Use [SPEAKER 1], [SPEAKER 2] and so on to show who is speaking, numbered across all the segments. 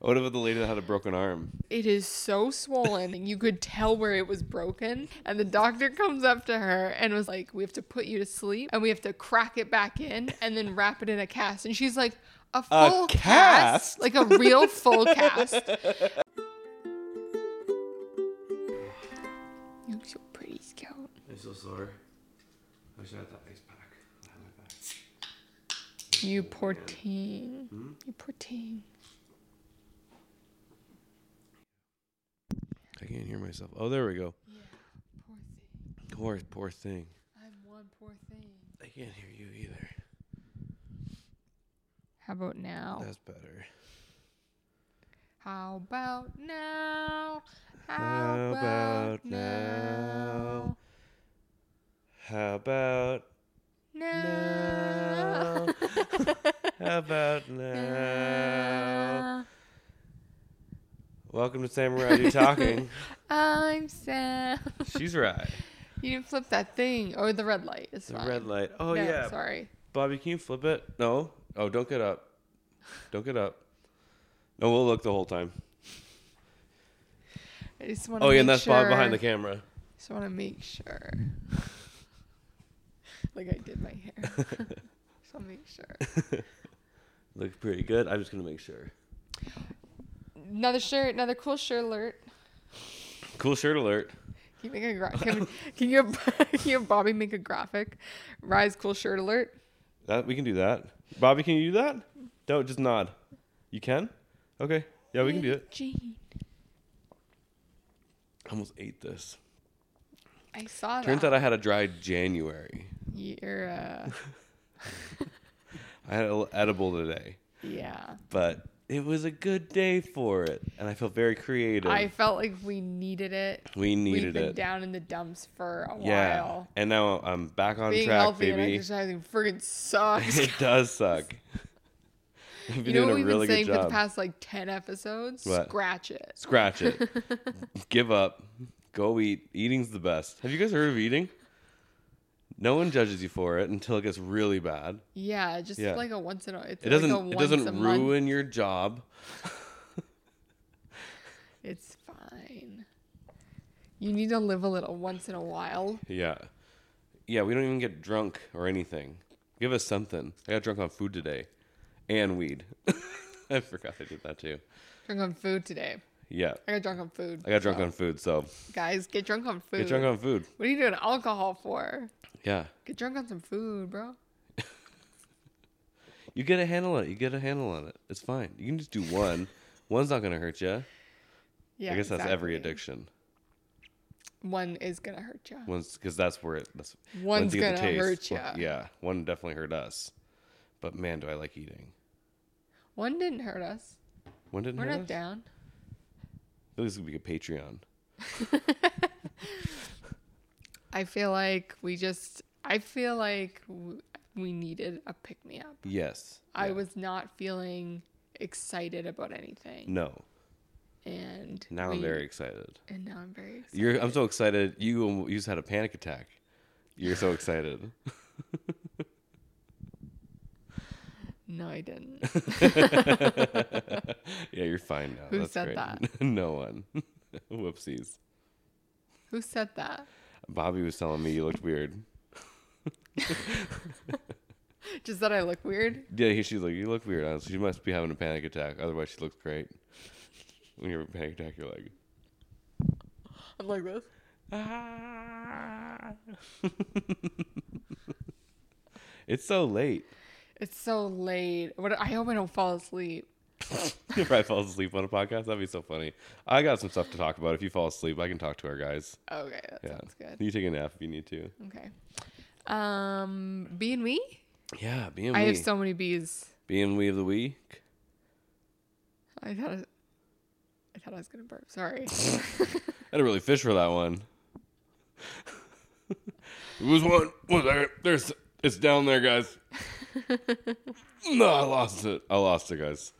[SPEAKER 1] What about the lady that had a broken arm?
[SPEAKER 2] It is so swollen, and you could tell where it was broken. And the doctor comes up to her and was like, "We have to put you to sleep, and we have to crack it back in, and then wrap it in a cast." And she's like, "A full
[SPEAKER 1] cast?
[SPEAKER 2] cast, like a real full cast." You look so pretty, Scout.
[SPEAKER 1] I'm so sorry. I should have that ice pack. I have my back.
[SPEAKER 2] You poor ting. You poor ting.
[SPEAKER 1] I can't hear myself. Oh, there we go.
[SPEAKER 2] Yeah, poor thing.
[SPEAKER 1] Poor, poor thing.
[SPEAKER 2] I'm one poor thing.
[SPEAKER 1] I can't hear you either.
[SPEAKER 2] How about now?
[SPEAKER 1] That's better.
[SPEAKER 2] How about now? How,
[SPEAKER 1] How about
[SPEAKER 2] about
[SPEAKER 1] now?
[SPEAKER 2] now?
[SPEAKER 1] How about
[SPEAKER 2] Now.
[SPEAKER 1] now? How about now? Welcome to Samurai You Talking.
[SPEAKER 2] I'm Sam.
[SPEAKER 1] She's right.
[SPEAKER 2] You didn't flip that thing. Oh, the red light. It's
[SPEAKER 1] The
[SPEAKER 2] fine.
[SPEAKER 1] red light. Oh,
[SPEAKER 2] No,
[SPEAKER 1] yeah.
[SPEAKER 2] Sorry.
[SPEAKER 1] Bobby, can you flip it? No. Oh, don't get up. Don't get up. No, we'll look the whole time.
[SPEAKER 2] I just want to.
[SPEAKER 1] Oh, yeah,
[SPEAKER 2] make
[SPEAKER 1] and that's
[SPEAKER 2] sure.
[SPEAKER 1] Bob behind the camera.
[SPEAKER 2] Just want to make sure. like I did my hair. just want to make sure.
[SPEAKER 1] Looks pretty good. I'm just going to make sure.
[SPEAKER 2] Another shirt. Another cool shirt alert.
[SPEAKER 1] Cool shirt alert.
[SPEAKER 2] Can you make a gra- can, can you can you have Bobby make a graphic? Rise cool shirt alert.
[SPEAKER 1] That we can do that. Bobby, can you do that? Don't just nod. You can? Okay. Yeah, we can do it.
[SPEAKER 2] Gene,
[SPEAKER 1] I almost ate this.
[SPEAKER 2] I saw that.
[SPEAKER 1] Turns out I had a dry January.
[SPEAKER 2] you're uh,
[SPEAKER 1] I had an edible today,
[SPEAKER 2] yeah.
[SPEAKER 1] but it was a good day for it, and I feel very creative.
[SPEAKER 2] I felt like we needed it.
[SPEAKER 1] we
[SPEAKER 2] We've
[SPEAKER 1] needed
[SPEAKER 2] been
[SPEAKER 1] it.
[SPEAKER 2] down in the dumps for a
[SPEAKER 1] yeah,
[SPEAKER 2] while.
[SPEAKER 1] and now I'm back on
[SPEAKER 2] Being
[SPEAKER 1] track,
[SPEAKER 2] healthy and
[SPEAKER 1] baby.
[SPEAKER 2] exercising freaking sucks.
[SPEAKER 1] It does suck. I've been
[SPEAKER 2] you know
[SPEAKER 1] doing
[SPEAKER 2] what
[SPEAKER 1] a
[SPEAKER 2] we've
[SPEAKER 1] really
[SPEAKER 2] been saying
[SPEAKER 1] good
[SPEAKER 2] for the
[SPEAKER 1] job.
[SPEAKER 2] past like ten episodes?
[SPEAKER 1] What?
[SPEAKER 2] Scratch it.
[SPEAKER 1] Scratch it. Give up. Go eat. Eating's the best. Have you guys heard of eating? No one judges you for it until it gets really bad.
[SPEAKER 2] Yeah, just
[SPEAKER 1] Yeah.
[SPEAKER 2] like a once in a. It's
[SPEAKER 1] It
[SPEAKER 2] like
[SPEAKER 1] doesn't.
[SPEAKER 2] A once
[SPEAKER 1] it
[SPEAKER 2] a
[SPEAKER 1] doesn't
[SPEAKER 2] month.
[SPEAKER 1] ruin your job.
[SPEAKER 2] It's fine. You need to live a little once in a while.
[SPEAKER 1] Yeah. Yeah, we don't even get drunk or anything. Give us something. I got drunk on food today and weed. I forgot I did that too.
[SPEAKER 2] Drunk on food today.
[SPEAKER 1] Yeah.
[SPEAKER 2] I got drunk on food.
[SPEAKER 1] I got drunk on food, so
[SPEAKER 2] Guys, get drunk on food.
[SPEAKER 1] get drunk on food.
[SPEAKER 2] what are you doing alcohol for?
[SPEAKER 1] Yeah.
[SPEAKER 2] Get drunk on some food, bro.
[SPEAKER 1] You get a handle on it. You get a handle on it. It's fine. You can just do one. One's not going to hurt you.
[SPEAKER 2] Yeah,
[SPEAKER 1] I guess that's every
[SPEAKER 2] exactly.
[SPEAKER 1] addiction.
[SPEAKER 2] One is gonna hurt you.
[SPEAKER 1] One's because that's where it. That's,
[SPEAKER 2] One's
[SPEAKER 1] you get the
[SPEAKER 2] gonna
[SPEAKER 1] taste.
[SPEAKER 2] hurt
[SPEAKER 1] Well,
[SPEAKER 2] you.
[SPEAKER 1] yeah. One definitely hurt us. But man, do I like eating.
[SPEAKER 2] One didn't hurt us.
[SPEAKER 1] One didn't
[SPEAKER 2] We're
[SPEAKER 1] hurt
[SPEAKER 2] not
[SPEAKER 1] us?
[SPEAKER 2] down.
[SPEAKER 1] I feel This would be a Patreon.
[SPEAKER 2] I feel like we just. I feel like w- we needed a pick me up.
[SPEAKER 1] Yes.
[SPEAKER 2] I
[SPEAKER 1] Yeah.
[SPEAKER 2] was not feeling excited about anything,
[SPEAKER 1] No.
[SPEAKER 2] and
[SPEAKER 1] Now I'm
[SPEAKER 2] we-
[SPEAKER 1] very excited.
[SPEAKER 2] And now I'm very excited.
[SPEAKER 1] You're, I'm so excited. You you just had a panic attack. You're so excited.
[SPEAKER 2] no, I didn't.
[SPEAKER 1] yeah, you're fine now.
[SPEAKER 2] Who
[SPEAKER 1] That's
[SPEAKER 2] said
[SPEAKER 1] great.
[SPEAKER 2] that?
[SPEAKER 1] no one. Whoopsies.
[SPEAKER 2] Who said that?
[SPEAKER 1] Bobby was telling me you looked weird.
[SPEAKER 2] Just that I look weird.
[SPEAKER 1] Yeah, he, she's like, you look weird. I was, she must be having a panic attack. Otherwise, she looks great. When you have a panic attack, you're like,
[SPEAKER 2] I'm like this.
[SPEAKER 1] ah. it's so late.
[SPEAKER 2] It's so late. What? I hope I don't fall asleep.
[SPEAKER 1] if I fall asleep on a podcast, that'd be so funny. I got some stuff to talk about. If you fall asleep, I can talk to our guys.
[SPEAKER 2] Okay, that
[SPEAKER 1] Yeah.
[SPEAKER 2] sounds good.
[SPEAKER 1] You take a nap if you need to.
[SPEAKER 2] Okay. Um, B and me.
[SPEAKER 1] Yeah, B and
[SPEAKER 2] I
[SPEAKER 1] we.
[SPEAKER 2] have so many B's.
[SPEAKER 1] B and we of the week.
[SPEAKER 2] I thought I, I thought I was gonna burp. Sorry.
[SPEAKER 1] I had to really fish for that one. it was one. Was there? There's. It's down there, guys. no, I lost it. I lost it, guys.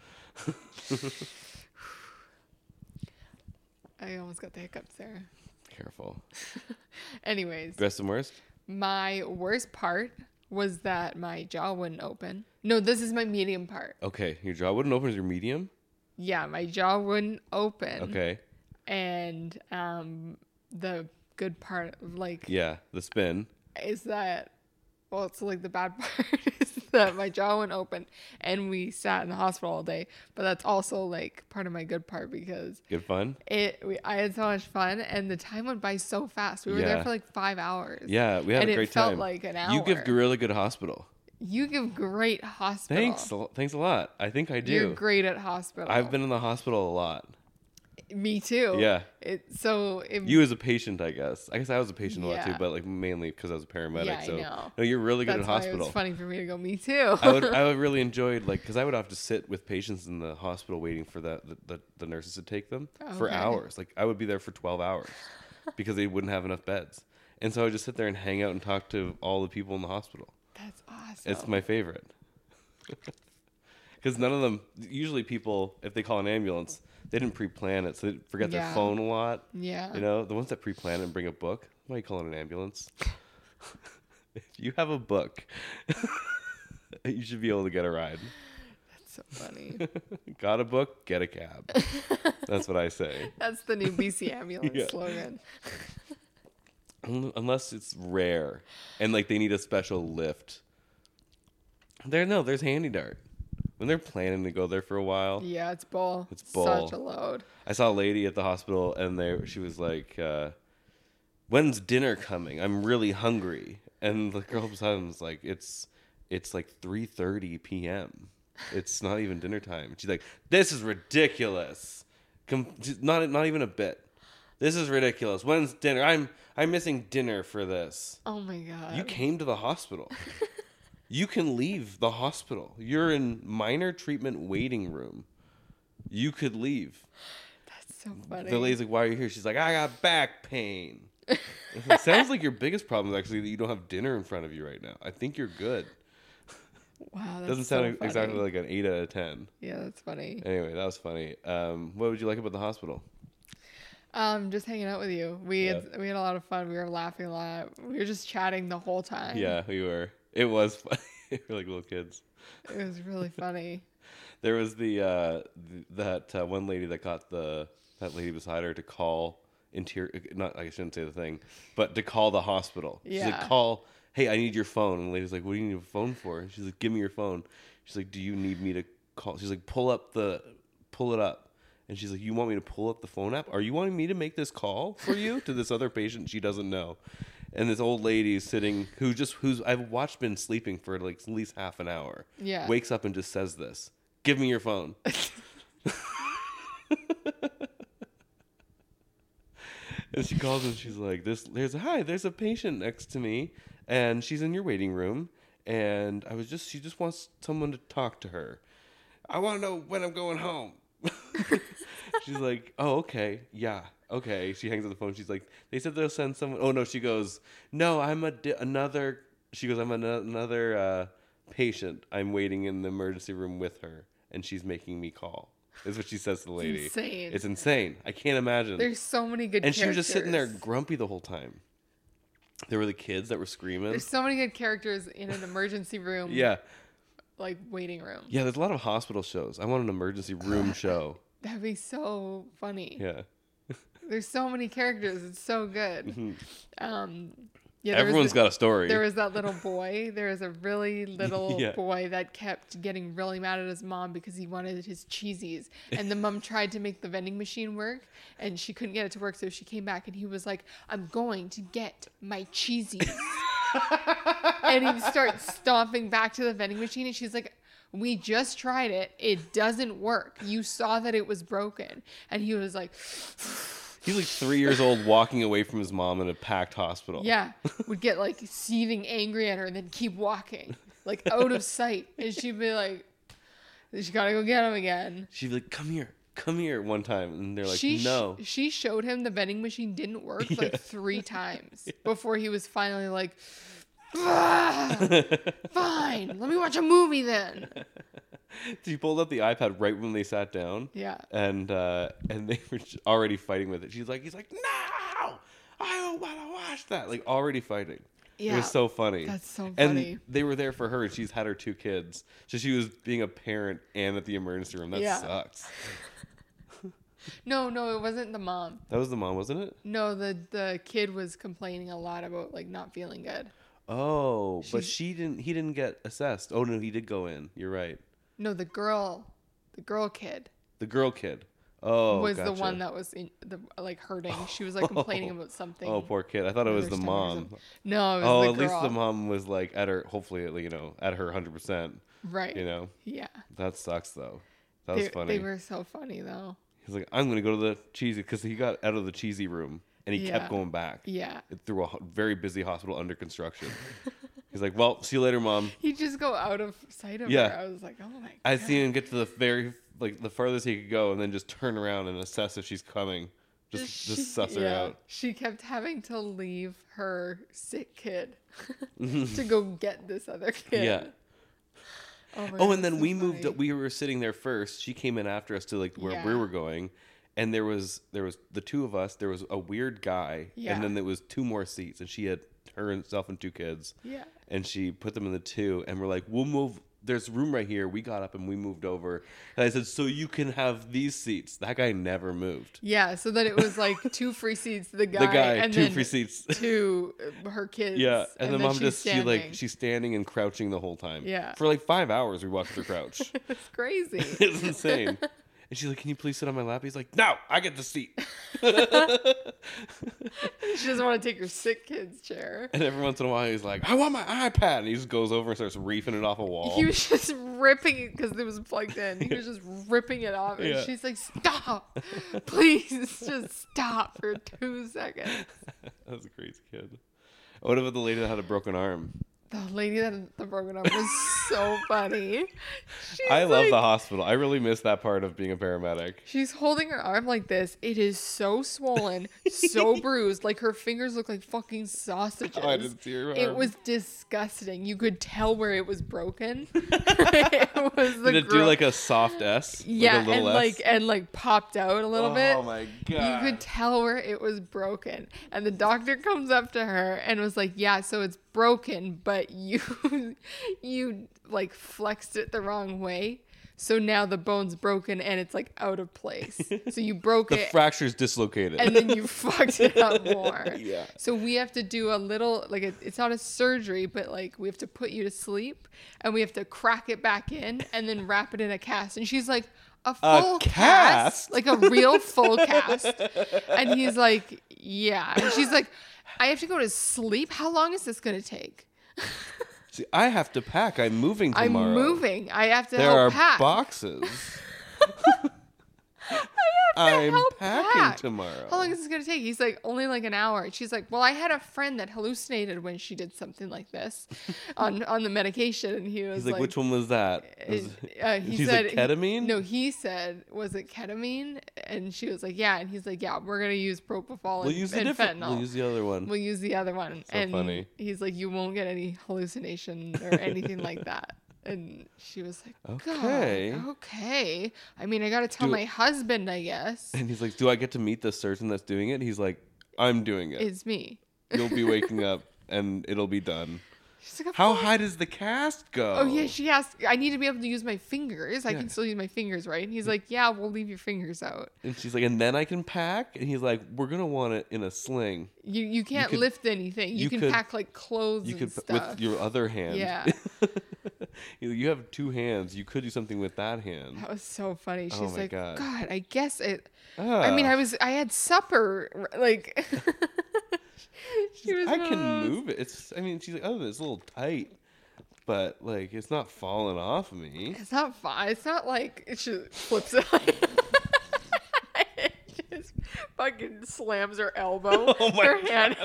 [SPEAKER 2] I almost got the hiccups there.
[SPEAKER 1] Careful.
[SPEAKER 2] Anyways,
[SPEAKER 1] Best and worst.
[SPEAKER 2] my worst part was that my jaw wouldn't open. No, this is my medium part.
[SPEAKER 1] Okay, your jaw wouldn't open as your medium.
[SPEAKER 2] yeah, my jaw wouldn't open.
[SPEAKER 1] Okay.
[SPEAKER 2] And um, the good part, of, like,
[SPEAKER 1] Yeah. The spin.
[SPEAKER 2] is that well it's like the bad part is that my jaw went open and we sat in the hospital all day but that's also like part of my good part because
[SPEAKER 1] Good fun.
[SPEAKER 2] it we, i had so much fun and the time went by so fast we were there
[SPEAKER 1] Yeah.
[SPEAKER 2] for like five hours
[SPEAKER 1] Yeah, we had
[SPEAKER 2] And
[SPEAKER 1] a
[SPEAKER 2] it
[SPEAKER 1] great
[SPEAKER 2] felt
[SPEAKER 1] time.
[SPEAKER 2] like an
[SPEAKER 1] You give
[SPEAKER 2] hour.
[SPEAKER 1] really good hospital.
[SPEAKER 2] you give great hospital
[SPEAKER 1] Thanks. a lo- Thanks a lot. I think I do.
[SPEAKER 2] you're great at hospital
[SPEAKER 1] I've been in the hospital a lot.
[SPEAKER 2] me too
[SPEAKER 1] Yeah.
[SPEAKER 2] it so it,
[SPEAKER 1] You as a patient, I guess. I guess I was a patient a lot too,
[SPEAKER 2] Yeah.
[SPEAKER 1] but like mainly because I was a paramedic.
[SPEAKER 2] Yeah, I
[SPEAKER 1] so
[SPEAKER 2] know.
[SPEAKER 1] no, you're really good at
[SPEAKER 2] that's why it
[SPEAKER 1] hospital.
[SPEAKER 2] was funny for me to go me too
[SPEAKER 1] I would, I would really enjoyed like because I would have to sit with patients in the hospital waiting for the the, the, the nurses to take them for
[SPEAKER 2] Okay.
[SPEAKER 1] hours. Like I would be there for twelve hours because they wouldn't have enough beds, and so I would just sit there and hang out and talk to all the people in the hospital.
[SPEAKER 2] that's awesome
[SPEAKER 1] It's my favorite. Because none of them, usually people, if they call an ambulance, they didn't pre plan it. So they forget their
[SPEAKER 2] Yeah.
[SPEAKER 1] phone a lot.
[SPEAKER 2] yeah
[SPEAKER 1] You know, the ones that pre plan it and bring a book, why are you calling an ambulance? if you have a book, you should be able to get a ride.
[SPEAKER 2] that's so funny
[SPEAKER 1] Got a book, get a cab. That's what I say.
[SPEAKER 2] that's the new bc ambulance
[SPEAKER 1] Yeah.
[SPEAKER 2] slogan
[SPEAKER 1] Un- Unless it's rare and like they need a special lift. There, no, there's Handy Dart. When they're planning to go there for a while,
[SPEAKER 2] Yeah, it's bull.
[SPEAKER 1] It's
[SPEAKER 2] Such
[SPEAKER 1] bull.
[SPEAKER 2] a load.
[SPEAKER 1] I saw a lady at the hospital, and they she was like, uh, "When's dinner coming? I'm really hungry." And the girl beside him was like, "It's it's like 3:30 p.m. It's not even dinner time." She's like, "This is ridiculous. Com- just not not even a bit. This is ridiculous. When's dinner? I'm I'm missing dinner for this.
[SPEAKER 2] Oh my god.
[SPEAKER 1] You came to the hospital." You can leave the hospital. You're in minor treatment waiting room. You could leave.
[SPEAKER 2] That's so funny.
[SPEAKER 1] The lady's like, "Why are you here?" She's like, "I got back pain." It's like, sounds like your biggest problem is actually that you don't have dinner in front of you right now. I think you're good.
[SPEAKER 2] wow, that's
[SPEAKER 1] Doesn't
[SPEAKER 2] so
[SPEAKER 1] sound e-,
[SPEAKER 2] funny.
[SPEAKER 1] exactly like an eight out of ten.
[SPEAKER 2] Yeah, that's funny.
[SPEAKER 1] Anyway, that was funny. Um, what would you like about the hospital?
[SPEAKER 2] Um, just hanging out with you. We
[SPEAKER 1] Yeah.
[SPEAKER 2] had, we had a lot of fun. We were laughing a lot. We were just chatting the whole time.
[SPEAKER 1] Yeah, we were. It was funny. we were like little kids.
[SPEAKER 2] it was really funny.
[SPEAKER 1] There was the uh, th- that uh, one lady that got the that lady beside her to call interior. Not I shouldn't say the thing, but to call the hospital. She's
[SPEAKER 2] Yeah.
[SPEAKER 1] like, call. Hey, I need your phone. And the lady's like, what do you need a phone for? And she's like, give me your phone. She's like, do you need me to call? She's like, pull up the, pull it up. And she's like, you want me to pull up the phone app? Are you wanting me to make this call for you to this other patient she doesn't know? And this old lady is sitting, who just who's I've watched been sleeping for like at least half an hour.
[SPEAKER 2] Yeah.
[SPEAKER 1] Wakes up and just says this. Give me your phone. And she calls and she's like, "This there's a hi, there's a patient next to me, and she's in your waiting room, and I was just she just wants someone to talk to her. I want to know when I'm going home." she's like, "Oh, okay, yeah, okay." She hangs up the phone. She's like, "They said they'll send someone." Oh no, she goes, "No, I'm a di- another." She goes, "I'm an- another uh, patient. I'm waiting in the emergency room with her, and she's making me call." Is what she says to the lady.
[SPEAKER 2] insane.
[SPEAKER 1] It's insane. I can't imagine
[SPEAKER 2] There's so many good
[SPEAKER 1] and
[SPEAKER 2] characters.
[SPEAKER 1] she was just sitting there grumpy the whole time. There were the kids that were screaming.
[SPEAKER 2] There's so many good characters in an emergency room,
[SPEAKER 1] Yeah,
[SPEAKER 2] like waiting room.
[SPEAKER 1] yeah. There's a lot of hospital shows. I want an emergency room show.
[SPEAKER 2] That'd be so funny.
[SPEAKER 1] Yeah,
[SPEAKER 2] There's so many characters. It's so good. Um, yeah, there
[SPEAKER 1] Mm-hmm.
[SPEAKER 2] was
[SPEAKER 1] everyone's
[SPEAKER 2] the-
[SPEAKER 1] got a story.
[SPEAKER 2] There was that little boy. There was a really little
[SPEAKER 1] Yeah.
[SPEAKER 2] boy that kept getting really mad at his mom because he wanted his cheesies. And the mom tried to make the vending machine work and she couldn't get it to work. So she came back and he was like, I'm going to get my cheesies. and he'd start stomping back to the vending machine. And she's like, we just tried it. It doesn't work. You saw that it was broken. And he was like,
[SPEAKER 1] He's like three years old, walking away from his mom in a packed hospital.
[SPEAKER 2] Yeah, would get like seething angry at her and then keep walking, like out of sight, and she'd be like, "She gotta go get him again."
[SPEAKER 1] she'd be like, "Come here, come here," one time, and they're like,
[SPEAKER 2] she sh-
[SPEAKER 1] "No."
[SPEAKER 2] she showed him the vending machine didn't work like three times before he was finally like, "Ah, "Fine, let me watch a movie then."
[SPEAKER 1] she pulled up the iPad right when they sat down.
[SPEAKER 2] Yeah.
[SPEAKER 1] and uh, and they were j- already fighting with it. She's like, "He's like, no, I don't want to watch that." Like already fighting. It
[SPEAKER 2] Yeah.
[SPEAKER 1] was so funny.
[SPEAKER 2] That's so funny.
[SPEAKER 1] And they were there for her, and she's had her two kids, so she was being a parent and at the emergency room. That
[SPEAKER 2] Yeah.
[SPEAKER 1] sucks.
[SPEAKER 2] No, no, it wasn't the mom.
[SPEAKER 1] That was the mom, wasn't it?
[SPEAKER 2] No, the the kid was complaining a lot about like not feeling good.
[SPEAKER 1] Oh, but
[SPEAKER 2] She's-
[SPEAKER 1] she didn't. He didn't get assessed. Oh no, he did go in. You're right.
[SPEAKER 2] No, the girl, the girl kid
[SPEAKER 1] The girl kid. Oh,
[SPEAKER 2] was the
[SPEAKER 1] gotcha.
[SPEAKER 2] one that was in the like hurting. She was like complaining about something.
[SPEAKER 1] Oh, poor kid. I thought it was
[SPEAKER 2] with her
[SPEAKER 1] the
[SPEAKER 2] stomach or
[SPEAKER 1] mom.
[SPEAKER 2] something. No, it was
[SPEAKER 1] Oh,
[SPEAKER 2] the
[SPEAKER 1] at least the
[SPEAKER 2] girl.
[SPEAKER 1] mom was like at her. Hopefully, you know, at her hundred percent.
[SPEAKER 2] Right.
[SPEAKER 1] You know,
[SPEAKER 2] Yeah.
[SPEAKER 1] that sucks though. That
[SPEAKER 2] they,
[SPEAKER 1] was funny.
[SPEAKER 2] They were so funny though.
[SPEAKER 1] He's like, I'm gonna go to the cheesy because he got out of the cheesy room and he
[SPEAKER 2] Yeah.
[SPEAKER 1] kept going back
[SPEAKER 2] Yeah.
[SPEAKER 1] through a ho- very busy hospital under construction. He's like, Well, see you later, mom.
[SPEAKER 2] He just go out of sight of
[SPEAKER 1] Yeah.
[SPEAKER 2] her. I was like, oh my.
[SPEAKER 1] I
[SPEAKER 2] God.
[SPEAKER 1] see him get to the very like the farthest he could go, and then just turn around and assess if she's coming. Just
[SPEAKER 2] She-
[SPEAKER 1] just suss her
[SPEAKER 2] yeah.
[SPEAKER 1] out.
[SPEAKER 2] She kept having to leave her sick kid to go get this other kid.
[SPEAKER 1] Yeah.
[SPEAKER 2] Oh, my
[SPEAKER 1] Oh,
[SPEAKER 2] God,
[SPEAKER 1] and then
[SPEAKER 2] so
[SPEAKER 1] we moved.
[SPEAKER 2] funny.
[SPEAKER 1] up We were sitting there first. She came in after us to like where
[SPEAKER 2] Yeah.
[SPEAKER 1] we were going, and there was there was the two of us. There was a weird guy,
[SPEAKER 2] Yeah.
[SPEAKER 1] and then there was two more seats, and she had herself and two kids.
[SPEAKER 2] Yeah.
[SPEAKER 1] and she put them in the two and we're like we'll move there's room right here we got up and we moved over and i said so you can have these seats that guy never moved
[SPEAKER 2] Yeah. So then it was like two free seats to the guy,
[SPEAKER 1] the guy
[SPEAKER 2] and
[SPEAKER 1] two
[SPEAKER 2] then
[SPEAKER 1] free seats
[SPEAKER 2] to her kids.
[SPEAKER 1] yeah and, the
[SPEAKER 2] then
[SPEAKER 1] mom
[SPEAKER 2] she's
[SPEAKER 1] just she like
[SPEAKER 2] standing.
[SPEAKER 1] she's standing and crouching the whole time
[SPEAKER 2] Yeah.
[SPEAKER 1] for like five hours we watched her crouch
[SPEAKER 2] it's crazy.
[SPEAKER 1] it's insane and she's like can you please sit on my lap he's like no i get the seat
[SPEAKER 2] she doesn't want to take her sick kid's chair.
[SPEAKER 1] and every once in a while he's like i want my ipad and he just goes over and starts reefing it off a wall
[SPEAKER 2] He was just ripping it because it was plugged in. He was just ripping it off, and
[SPEAKER 1] Yeah.
[SPEAKER 2] she's like, "Stop, please, just stop for two seconds."
[SPEAKER 1] that was a crazy kid what about the lady that had a broken arm
[SPEAKER 2] The lady that had the broken arm was so funny. She's
[SPEAKER 1] I love
[SPEAKER 2] like-
[SPEAKER 1] the hospital. I really miss that part of being a paramedic.
[SPEAKER 2] She's holding her arm like this. It is so swollen, so bruised. Like her fingers look like fucking sausages.
[SPEAKER 1] Oh, I didn't see her
[SPEAKER 2] It
[SPEAKER 1] arm.
[SPEAKER 2] was disgusting. You could tell where it was broken. it was the
[SPEAKER 1] Did it do
[SPEAKER 2] gro-
[SPEAKER 1] like a soft S?
[SPEAKER 2] yeah,
[SPEAKER 1] like a little
[SPEAKER 2] and
[SPEAKER 1] S?
[SPEAKER 2] like and like popped out a little
[SPEAKER 1] oh,
[SPEAKER 2] bit.
[SPEAKER 1] my
[SPEAKER 2] You
[SPEAKER 1] god!
[SPEAKER 2] could tell where it was broken. And the doctor comes up to her and was like, "Yeah, so it's broken, but you you like flexed it the wrong way. So now the bone's broken and it's like out of place. So you broke
[SPEAKER 1] the
[SPEAKER 2] it
[SPEAKER 1] fracture's dislocated.
[SPEAKER 2] and then you fucked it up more.
[SPEAKER 1] Yeah.
[SPEAKER 2] So we have to do a little like it it's not a surgery, but like we have to put you to sleep and we have to crack it back in and then wrap it in a cast. And she's like, a full cast?
[SPEAKER 1] cast?
[SPEAKER 2] like a real full cast. And he's like, yeah. And she's like, I have to go to sleep. How long is this gonna take?
[SPEAKER 1] See, I have to pack. I'm moving tomorrow.
[SPEAKER 2] I'm moving. I have to
[SPEAKER 1] There
[SPEAKER 2] help
[SPEAKER 1] are
[SPEAKER 2] pack.
[SPEAKER 1] boxes. I am
[SPEAKER 2] help
[SPEAKER 1] packing
[SPEAKER 2] pack.
[SPEAKER 1] tomorrow.
[SPEAKER 2] How long is this gonna take? He's like, only like an hour. And she's like, Well, I had a friend that hallucinated when she did something like this on on the medication, and he was
[SPEAKER 1] He's like, which one was that? It was-
[SPEAKER 2] uh, he
[SPEAKER 1] She's
[SPEAKER 2] said
[SPEAKER 1] like ketamine.
[SPEAKER 2] no, he said, was it ketamine? And she was like, yeah. And he's like, yeah, we're gonna use propofol
[SPEAKER 1] we'll
[SPEAKER 2] and,
[SPEAKER 1] use the
[SPEAKER 2] and
[SPEAKER 1] different.
[SPEAKER 2] fentanyl.
[SPEAKER 1] We'll use the other one.
[SPEAKER 2] the other one.
[SPEAKER 1] So
[SPEAKER 2] and
[SPEAKER 1] funny.
[SPEAKER 2] he's like, you won't get any hallucination or anything like that. And she was like,
[SPEAKER 1] Okay.
[SPEAKER 2] okay, okay. I mean, I gotta tell
[SPEAKER 1] Do-
[SPEAKER 2] my husband, I guess.
[SPEAKER 1] and he's like, do I get to meet the surgeon that's doing it? He's like, I'm doing it.
[SPEAKER 2] It's me.
[SPEAKER 1] You'll be waking up, and it'll be done.
[SPEAKER 2] She's like,
[SPEAKER 1] How
[SPEAKER 2] "Fuck."
[SPEAKER 1] high does the cast go?
[SPEAKER 2] Oh yeah, she asked. I need to be able to use my fingers. I can
[SPEAKER 1] Yeah.
[SPEAKER 2] still use my fingers, right? And he's like, "Yeah, we'll leave your fingers out.
[SPEAKER 1] And she's like, and then I can pack. And he's like, we're gonna want it in a sling.
[SPEAKER 2] You you can't
[SPEAKER 1] could-
[SPEAKER 2] lift anything. You,
[SPEAKER 1] you
[SPEAKER 2] can
[SPEAKER 1] could-
[SPEAKER 2] pack like clothes
[SPEAKER 1] You
[SPEAKER 2] and
[SPEAKER 1] could
[SPEAKER 2] stuff.
[SPEAKER 1] with your other hand.
[SPEAKER 2] Yeah.
[SPEAKER 1] You- you have two hands. You could do something with that hand.
[SPEAKER 2] that was so funny. She's
[SPEAKER 1] Oh my
[SPEAKER 2] like, God.
[SPEAKER 1] God.
[SPEAKER 2] I guess it. I mean,
[SPEAKER 1] Ah,
[SPEAKER 2] I was I had supper r- like. she was.
[SPEAKER 1] I
[SPEAKER 2] one of
[SPEAKER 1] can
[SPEAKER 2] those-
[SPEAKER 1] move it. It's. I mean, she's like, oh, it's a little tight, but like, it's not falling off me.
[SPEAKER 2] It's not fun. It's not like it just flips it. It just fucking slams her elbow.
[SPEAKER 1] Oh my
[SPEAKER 2] her hand.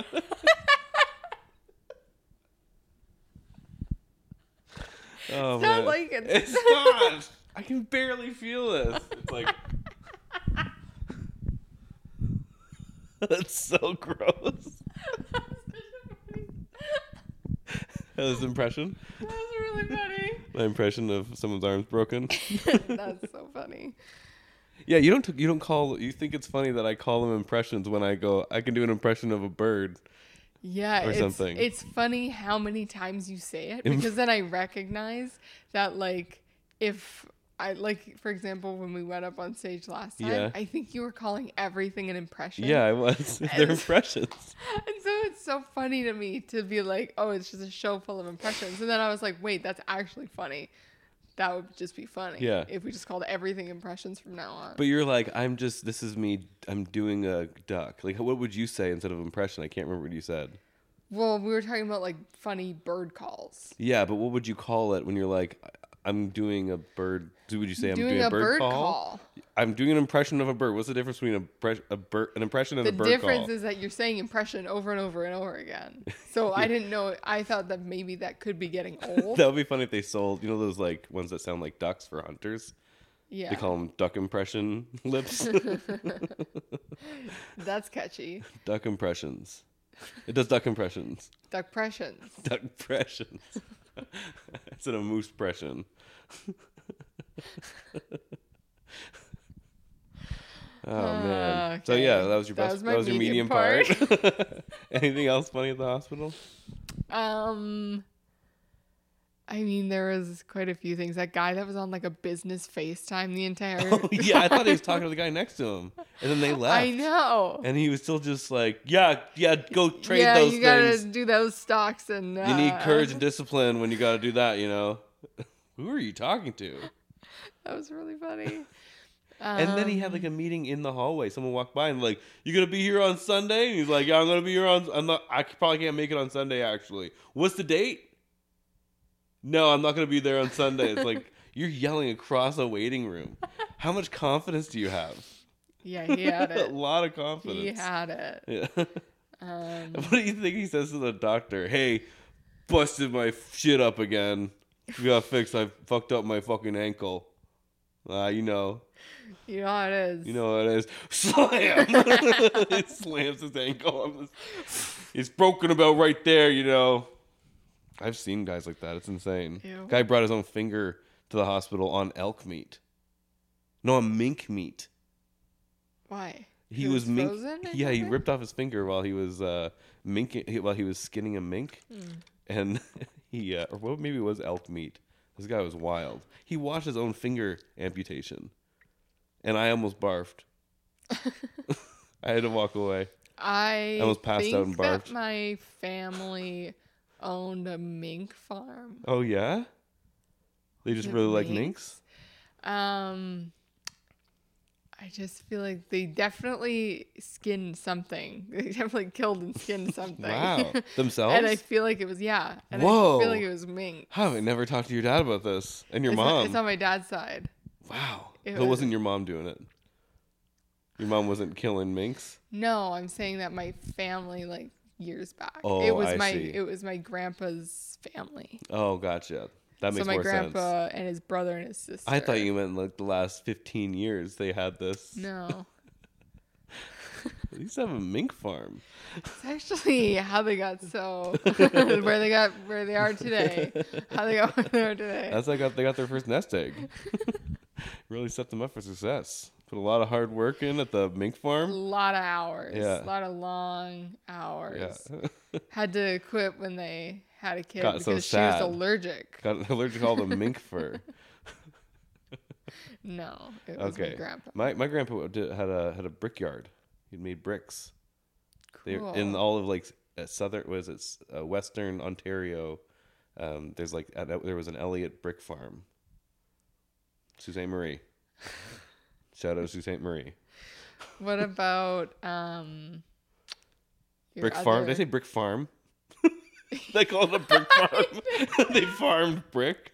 [SPEAKER 1] Oh
[SPEAKER 2] not
[SPEAKER 1] man.
[SPEAKER 2] like it.
[SPEAKER 1] It's not. I can barely feel this. It's like. That's so gross. That was an impression.
[SPEAKER 2] That was really funny.
[SPEAKER 1] My impression of someone's arms broken.
[SPEAKER 2] That's so funny.
[SPEAKER 1] Yeah, you don't you don't call you think it's funny that I call them impressions when I go I can do an impression of a bird.
[SPEAKER 2] Yeah,
[SPEAKER 1] or
[SPEAKER 2] it's,
[SPEAKER 1] something.
[SPEAKER 2] It's funny how many times you say it because then I recognize that like if I like for example when we went up on stage last time,
[SPEAKER 1] Yeah.
[SPEAKER 2] I think you were calling everything an impression.
[SPEAKER 1] Yeah, I was. They're impressions.
[SPEAKER 2] And so it's so funny to me to be like, oh, it's just a show full of impressions. And then I was like, wait, that's actually funny. That would just be funny.
[SPEAKER 1] Yeah.
[SPEAKER 2] If we just called everything impressions from now on.
[SPEAKER 1] But you're like, I'm just. This is me. I'm doing a duck. Like, what would you say instead of impression? I can't remember what you said.
[SPEAKER 2] well, we were talking about like funny bird calls.
[SPEAKER 1] Yeah, but what would you call it when you're like, I- I'm doing a bird? so Would you say I'm doing, a bird, call? I'm doing an impression of a bird. What's the difference between a, pre- a bird, an impression and
[SPEAKER 2] The
[SPEAKER 1] a bird
[SPEAKER 2] difference
[SPEAKER 1] call?
[SPEAKER 2] is that you're saying impression over and over and over again. So I didn't know. I thought that maybe that could be getting old.
[SPEAKER 1] that would be funny if they sold, you know, those like ones that sound like ducks for hunters.
[SPEAKER 2] yeah,
[SPEAKER 1] They call them duck impression lips,
[SPEAKER 2] that's catchy.
[SPEAKER 1] duck impressions. It does duck impressions.
[SPEAKER 2] Duck pressions.
[SPEAKER 1] Duck impressions. it's an a moose impression. oh man.
[SPEAKER 2] Ah,
[SPEAKER 1] So yeah,
[SPEAKER 2] okay.
[SPEAKER 1] that was your
[SPEAKER 2] That
[SPEAKER 1] best.
[SPEAKER 2] was my
[SPEAKER 1] that was your medium
[SPEAKER 2] medium
[SPEAKER 1] part. Anything else funny at the hospital?
[SPEAKER 2] Um, I mean, there was quite a few things. That guy that was on like a business FaceTime the entire.
[SPEAKER 1] Oh yeah, I thought he was talking to the guy next to him, and then they left.
[SPEAKER 2] I know.
[SPEAKER 1] And he was still just like, yeah, yeah, go trade
[SPEAKER 2] yeah,
[SPEAKER 1] those
[SPEAKER 2] you
[SPEAKER 1] things.
[SPEAKER 2] gotta do those stocks and. Uh,
[SPEAKER 1] You need courage and discipline when you got to do that, you know. Who are you talking to?
[SPEAKER 2] That was really funny.
[SPEAKER 1] And then he had
[SPEAKER 2] Um,
[SPEAKER 1] like a meeting in the hallway. Someone walked by and like, "You gonna be here on Sunday?" And he's like, "Yeah, I'm gonna be here on. I'm not. I c- probably can't make it on Sunday. Actually, what's the date? No, I'm not gonna be there on Sunday. It's like you're yelling across a waiting room. How much confidence do you have?
[SPEAKER 2] Yeah, he had
[SPEAKER 1] a
[SPEAKER 2] it.
[SPEAKER 1] lot of
[SPEAKER 2] he
[SPEAKER 1] confidence.
[SPEAKER 2] had it.
[SPEAKER 1] Yeah.
[SPEAKER 2] Um,
[SPEAKER 1] What do you think he says to the doctor? Hey, busted my f- shit up again. We got fixed. I fucked up my fucking ankle. Ah, you know,
[SPEAKER 2] you know how it is.
[SPEAKER 1] you know what it is. Slam! he slams his ankle. On this. It's broken about right there. You know, I've seen guys like that. It's insane.
[SPEAKER 2] Ew.
[SPEAKER 1] Guy brought his own finger to the hospital on elk meat. No, on mink meat.
[SPEAKER 2] Why?
[SPEAKER 1] He was mink.
[SPEAKER 2] frozen or
[SPEAKER 1] Yeah, he
[SPEAKER 2] something?
[SPEAKER 1] ripped off his finger while he was uh, minking, he- while he was skinning a mink,
[SPEAKER 2] Hmm.
[SPEAKER 1] and he uh, or what maybe it was elk meat. This guy was wild. He watched his own finger amputation, and I almost barfed. I had to walk away.
[SPEAKER 2] I
[SPEAKER 1] almost passed
[SPEAKER 2] think
[SPEAKER 1] out and barfed.
[SPEAKER 2] That my family owned a mink farm.
[SPEAKER 1] Oh yeah, they just
[SPEAKER 2] The
[SPEAKER 1] really like minks.
[SPEAKER 2] minks? Um, I just feel like they definitely skinned something. They definitely killed and skinned something.
[SPEAKER 1] Wow, themselves.
[SPEAKER 2] and I feel like it was yeah. And I
[SPEAKER 1] Whoa.
[SPEAKER 2] feel like it was mink.
[SPEAKER 1] How have I never talked to your dad about this and your
[SPEAKER 2] It's,
[SPEAKER 1] mom?
[SPEAKER 2] On, it's on my dad's side.
[SPEAKER 1] wow,
[SPEAKER 2] It
[SPEAKER 1] so it
[SPEAKER 2] was-
[SPEAKER 1] wasn't your mom doing it. Your mom wasn't killing minks.
[SPEAKER 2] No, I'm saying that my family like years back.
[SPEAKER 1] Oh,
[SPEAKER 2] it was
[SPEAKER 1] I
[SPEAKER 2] my
[SPEAKER 1] see.
[SPEAKER 2] it was my grandpa's family.
[SPEAKER 1] Oh, gotcha. That makes
[SPEAKER 2] so my
[SPEAKER 1] more sense.
[SPEAKER 2] grandpa and his brother and his sister.
[SPEAKER 1] I thought you meant like the last 15 years they had this.
[SPEAKER 2] No,
[SPEAKER 1] They used to have a mink farm.
[SPEAKER 2] it's actually how they got so where they got where they are today. How they got where they are today.
[SPEAKER 1] That's how they got, they got their first nest egg. really set them up for success. Put a lot of hard work in at the mink
[SPEAKER 2] a
[SPEAKER 1] farm.
[SPEAKER 2] lot of hours.
[SPEAKER 1] Yeah.
[SPEAKER 2] A lot of long hours.
[SPEAKER 1] Yeah.
[SPEAKER 2] Had to quit when they had a kid
[SPEAKER 1] Got so
[SPEAKER 2] because
[SPEAKER 1] sad.
[SPEAKER 2] she was allergic.
[SPEAKER 1] got allergic to all the mink fur.
[SPEAKER 2] No, it was
[SPEAKER 1] Okay.
[SPEAKER 2] my grandpa.
[SPEAKER 1] My, my grandpa did, had a had a brickyard. He made bricks. They
[SPEAKER 2] Cool.
[SPEAKER 1] in all of like uh, southern was it s- uh, western Ontario. Um, there's like uh, there was an Elliott brick farm. Suzanne Marie. Shout out Suzanne Marie.
[SPEAKER 2] what about um? your
[SPEAKER 1] Brick farm. Did I
[SPEAKER 2] other-
[SPEAKER 1] say brick farm? they called it a brick farm. they farmed brick.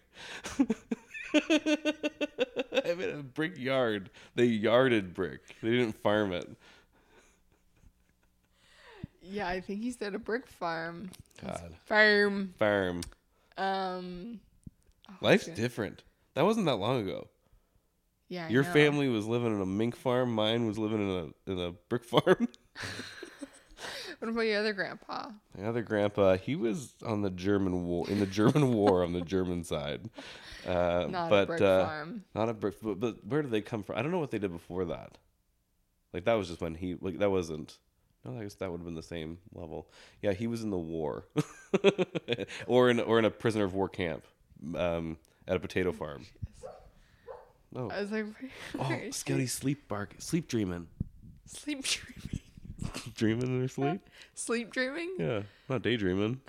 [SPEAKER 1] I mean, a brick yard. They yarded brick. They didn't farm it.
[SPEAKER 2] Yeah, I think he said a brick farm.
[SPEAKER 1] God,
[SPEAKER 2] Farm.
[SPEAKER 1] farm.
[SPEAKER 2] Um. oh,
[SPEAKER 1] Life's
[SPEAKER 2] shoot.
[SPEAKER 1] different. That wasn't that long ago.
[SPEAKER 2] Yeah. I
[SPEAKER 1] Your
[SPEAKER 2] know.
[SPEAKER 1] family was living in a mink farm. Mine was living in a in a brick farm.
[SPEAKER 2] What about your other grandpa?
[SPEAKER 1] My other grandpa, he was on the German war in the German war on the German side. Uh,
[SPEAKER 2] Not
[SPEAKER 1] but,
[SPEAKER 2] a brick
[SPEAKER 1] uh,
[SPEAKER 2] farm.
[SPEAKER 1] Not a brick, but, but where did they come from? I don't know what they did before that. Like that was just when he like that wasn't No, I guess that would have been the same level. Yeah, he was in the war, or in or in a prisoner of war camp um, at a potato farm. Oh,
[SPEAKER 2] I was like,
[SPEAKER 1] oh,
[SPEAKER 2] where is she?
[SPEAKER 1] Scouty sleep bark, sleep dreaming,
[SPEAKER 2] sleep dreaming,
[SPEAKER 1] dreaming in her sleep.
[SPEAKER 2] sleep dreaming.
[SPEAKER 1] Yeah, not daydreaming.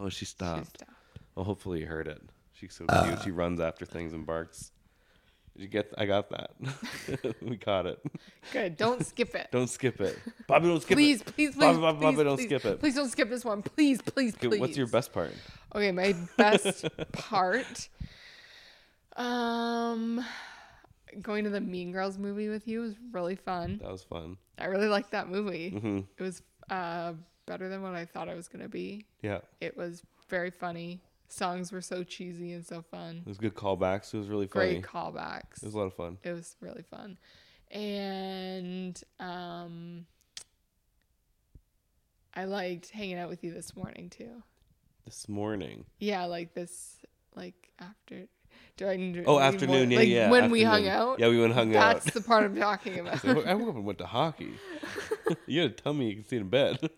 [SPEAKER 1] Oh, she stopped.
[SPEAKER 2] She stopped.
[SPEAKER 1] Well, hopefully you heard it. She's so cute. She runs after things and barks. Did you get? I got that. we caught it.
[SPEAKER 2] Good. Don't skip it.
[SPEAKER 1] Don't skip it, Bobby. Don't skip
[SPEAKER 2] please,
[SPEAKER 1] it.
[SPEAKER 2] please, please,
[SPEAKER 1] Bobby, Bobby,
[SPEAKER 2] please,
[SPEAKER 1] Bobby, don't
[SPEAKER 2] please,
[SPEAKER 1] skip it.
[SPEAKER 2] Please don't skip this one. Please, please,
[SPEAKER 1] Okay,
[SPEAKER 2] please.
[SPEAKER 1] What's your best part?
[SPEAKER 2] Okay, my best part. Um, going to the Mean Girls movie with you was really fun.
[SPEAKER 1] That was fun.
[SPEAKER 2] I really liked that movie.
[SPEAKER 1] hmm
[SPEAKER 2] It was uh better than what I thought it was gonna be.
[SPEAKER 1] Yeah, it
[SPEAKER 2] It was very funny. Songs were so cheesy and so fun.
[SPEAKER 1] was good callbacks. It was really funny.
[SPEAKER 2] Great callbacks.
[SPEAKER 1] It was a lot of fun.
[SPEAKER 2] it was really fun and um i liked hanging out with you this morning too
[SPEAKER 1] This morning.
[SPEAKER 2] yeah like this like after do i need to
[SPEAKER 1] Oh,
[SPEAKER 2] need
[SPEAKER 1] afternoon.
[SPEAKER 2] more-
[SPEAKER 1] Yeah,
[SPEAKER 2] like
[SPEAKER 1] yeah.
[SPEAKER 2] when we hung
[SPEAKER 1] afternoon.
[SPEAKER 2] out
[SPEAKER 1] Yeah, we went and hung
[SPEAKER 2] that's
[SPEAKER 1] out.
[SPEAKER 2] the part i'm talking about
[SPEAKER 1] So I woke up and went to hockey. you had a tummy you can see it in bed.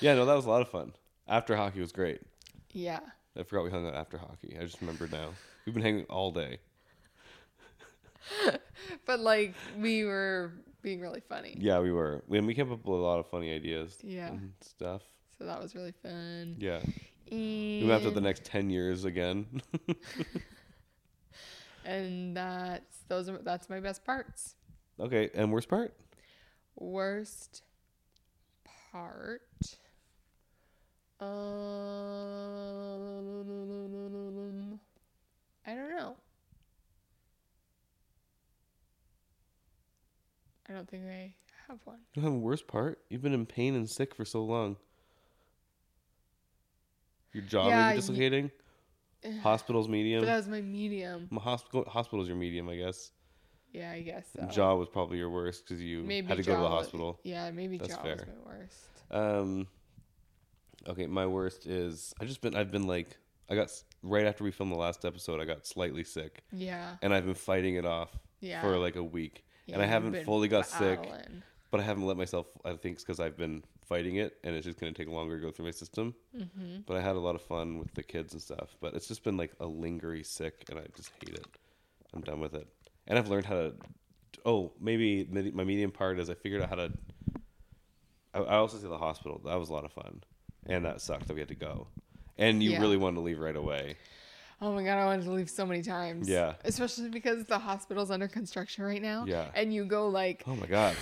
[SPEAKER 1] yeah, no, that was a lot of fun. After hockey was great.
[SPEAKER 2] yeah
[SPEAKER 1] I forgot we hung out after hockey. I just remembered now. We've been hanging all day.
[SPEAKER 2] but like we were being really funny
[SPEAKER 1] Yeah, we were. And we came up with a lot of funny ideas
[SPEAKER 2] yeah
[SPEAKER 1] and stuff.
[SPEAKER 2] so that was really fun
[SPEAKER 1] Mm-hmm. Yeah.
[SPEAKER 2] and,
[SPEAKER 1] We mapped out the next 10 years again.
[SPEAKER 2] and that's those are that's my best parts
[SPEAKER 1] okay, and worst part?
[SPEAKER 2] Worst part. Uh, Um, I don't know. I don't think I have one.
[SPEAKER 1] You don't have a worst part? You've been in pain and sick for so long. Your jaw
[SPEAKER 2] Yeah,
[SPEAKER 1] may
[SPEAKER 2] y-
[SPEAKER 1] be dislocating. Hospital's medium.
[SPEAKER 2] But that was my medium.
[SPEAKER 1] My hospital hospital's your medium, I guess.
[SPEAKER 2] Yeah, I guess so.
[SPEAKER 1] And Jaw was probably your worst because you
[SPEAKER 2] Maybe
[SPEAKER 1] had to go to
[SPEAKER 2] jaw
[SPEAKER 1] the
[SPEAKER 2] was-
[SPEAKER 1] hospital.
[SPEAKER 2] Yeah, maybe
[SPEAKER 1] That's
[SPEAKER 2] jaw was
[SPEAKER 1] fair.
[SPEAKER 2] my worst.
[SPEAKER 1] Um, okay, my worst is I just been I've been like I got s- right after we filmed the last episode I got slightly sick
[SPEAKER 2] Yeah.
[SPEAKER 1] and I've been fighting it off
[SPEAKER 2] Yeah.
[SPEAKER 1] for like a week and I
[SPEAKER 2] you've
[SPEAKER 1] haven't
[SPEAKER 2] been
[SPEAKER 1] fully got sick
[SPEAKER 2] battling.
[SPEAKER 1] but I haven't let myself I think it's because I've been fighting it and it's just gonna take longer to go through my system
[SPEAKER 2] Mhm.
[SPEAKER 1] but I had a lot of fun with the kids and stuff but it's just been like a lingering sick and I just hate it I'm done with it and I've learned how to oh maybe medi- my medium part is I figured out how to I, I also see the hospital that was a lot of fun and that sucked that we had to go and you
[SPEAKER 2] Yeah.
[SPEAKER 1] really wanted to leave right away
[SPEAKER 2] Oh my god, I wanted to leave so many times.
[SPEAKER 1] Yeah.
[SPEAKER 2] Especially because the hospital's under construction right now.
[SPEAKER 1] Yeah.
[SPEAKER 2] And you go like
[SPEAKER 1] Oh my god.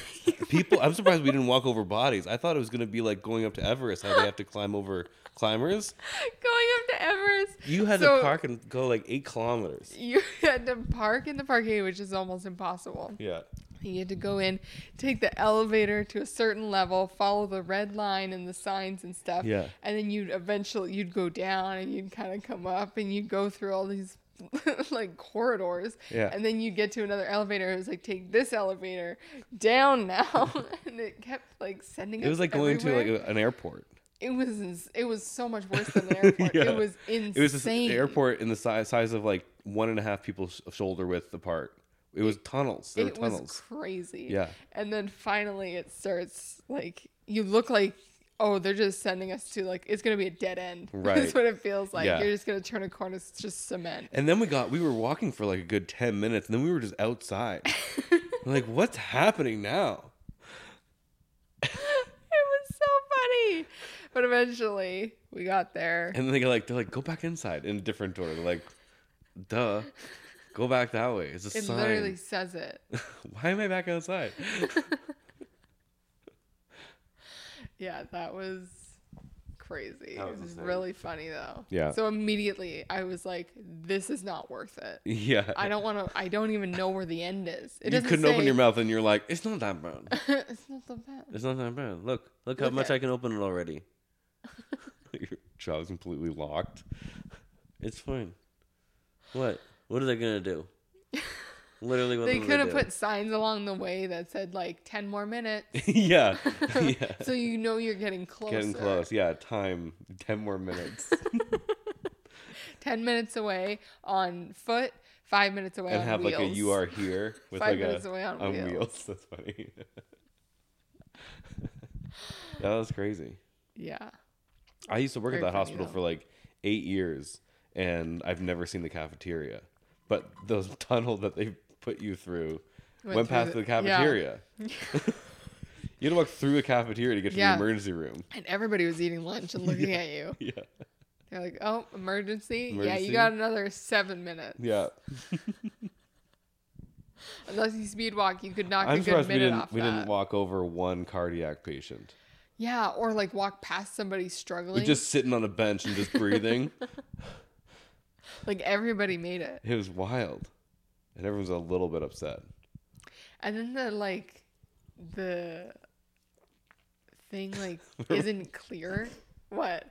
[SPEAKER 1] People I'm surprised we didn't walk over bodies. I thought it was gonna be like going up to Everest how they have to climb over climbers.
[SPEAKER 2] going up to Everest.
[SPEAKER 1] You had
[SPEAKER 2] So-
[SPEAKER 1] to park and go like eight kilometers.
[SPEAKER 2] You had to park in the parking, which is almost impossible.
[SPEAKER 1] Yeah.
[SPEAKER 2] You had to go in, take the elevator to a certain level, follow the red line and the signs and stuff.
[SPEAKER 1] Yeah.
[SPEAKER 2] And then you'd eventually you'd go down and you'd kind of come up and you'd go through all these like corridors.
[SPEAKER 1] Yeah.
[SPEAKER 2] And then you'd get to another elevator. It was like take this elevator down now, and it kept like sending.
[SPEAKER 1] It was
[SPEAKER 2] us
[SPEAKER 1] like going
[SPEAKER 2] everywhere.
[SPEAKER 1] to like a- an airport.
[SPEAKER 2] It was ins- it was so much worse than the airport.
[SPEAKER 1] Yeah.
[SPEAKER 2] It was insane.
[SPEAKER 1] It was this airport in the size size of like one and a half people's shoulder width apart. It was tunnels. There
[SPEAKER 2] It
[SPEAKER 1] were
[SPEAKER 2] was
[SPEAKER 1] tunnels.
[SPEAKER 2] crazy.
[SPEAKER 1] Yeah.
[SPEAKER 2] And then finally it starts like you look like oh they're just sending us to like it's gonna be a dead end.
[SPEAKER 1] Right.
[SPEAKER 2] That's what it feels like.
[SPEAKER 1] Yeah.
[SPEAKER 2] You're just gonna turn a corner. It's just cement.
[SPEAKER 1] And then we got we were walking for like a good ten minutes and then we were just outside. We're like, what's happening now?
[SPEAKER 2] it was so funny. But eventually we got there.
[SPEAKER 1] And then they go like they're like, go back inside in a different door. They're like, duh. Go back that way. It's a
[SPEAKER 2] It
[SPEAKER 1] sign.
[SPEAKER 2] literally says it.
[SPEAKER 1] Why am I back outside?
[SPEAKER 2] Yeah, that was crazy.
[SPEAKER 1] That
[SPEAKER 2] it
[SPEAKER 1] was
[SPEAKER 2] was
[SPEAKER 1] insane.
[SPEAKER 2] really funny though.
[SPEAKER 1] Yeah.
[SPEAKER 2] So immediately I was like, this is not worth it.
[SPEAKER 1] yeah.
[SPEAKER 2] I don't want to. I don't even know where the end is. It
[SPEAKER 1] you
[SPEAKER 2] doesn't
[SPEAKER 1] couldn't open
[SPEAKER 2] say-
[SPEAKER 1] your mouth and you're like, it's not that bad.
[SPEAKER 2] it's not the best.
[SPEAKER 1] It's not that bad. Look, look how
[SPEAKER 2] Look
[SPEAKER 1] much
[SPEAKER 2] at-
[SPEAKER 1] I can open it already. your jaw's completely locked. It's fine. What? What are they gonna do? Literally, what
[SPEAKER 2] They
[SPEAKER 1] are
[SPEAKER 2] could have
[SPEAKER 1] do?
[SPEAKER 2] put signs along the way that said like ten more minutes,
[SPEAKER 1] yeah, yeah.
[SPEAKER 2] so you know you're getting closer.
[SPEAKER 1] Getting close. Yeah, time. Ten more minutes.
[SPEAKER 2] Ten minutes away on foot, five minutes away
[SPEAKER 1] and
[SPEAKER 2] on
[SPEAKER 1] have
[SPEAKER 2] wheels.
[SPEAKER 1] like a you are here with
[SPEAKER 2] Five
[SPEAKER 1] like
[SPEAKER 2] minutes
[SPEAKER 1] a
[SPEAKER 2] away on
[SPEAKER 1] wheels.
[SPEAKER 2] wheels.
[SPEAKER 1] That's funny. that was crazy.
[SPEAKER 2] Yeah.
[SPEAKER 1] I used to work
[SPEAKER 2] Very
[SPEAKER 1] at that
[SPEAKER 2] funny,
[SPEAKER 1] hospital
[SPEAKER 2] though.
[SPEAKER 1] for like eight years, and I've never seen the cafeteria. But the tunnel that they put you through went,
[SPEAKER 2] Went through
[SPEAKER 1] past the,
[SPEAKER 2] the-
[SPEAKER 1] cafeteria. you had to walk through a cafeteria to get to
[SPEAKER 2] Yeah.
[SPEAKER 1] the emergency room.
[SPEAKER 2] And everybody was eating lunch and looking at you.
[SPEAKER 1] Yeah,
[SPEAKER 2] They're like, oh, emergency? Yeah,
[SPEAKER 1] Emergency?
[SPEAKER 2] you got another seven minutes.
[SPEAKER 1] yeah.
[SPEAKER 2] Unless you speed walk, you could knock
[SPEAKER 1] I'm
[SPEAKER 2] a good
[SPEAKER 1] surprised we
[SPEAKER 2] minute
[SPEAKER 1] didn't
[SPEAKER 2] off
[SPEAKER 1] we
[SPEAKER 2] that.
[SPEAKER 1] didn't walk over one cardiac patient.
[SPEAKER 2] Yeah, or like walk past somebody struggling.
[SPEAKER 1] We're just sitting on a bench and just breathing.
[SPEAKER 2] like everybody made it.
[SPEAKER 1] it was wild, and everyone's a little bit upset.
[SPEAKER 2] And then the like the thing like isn't clear. What?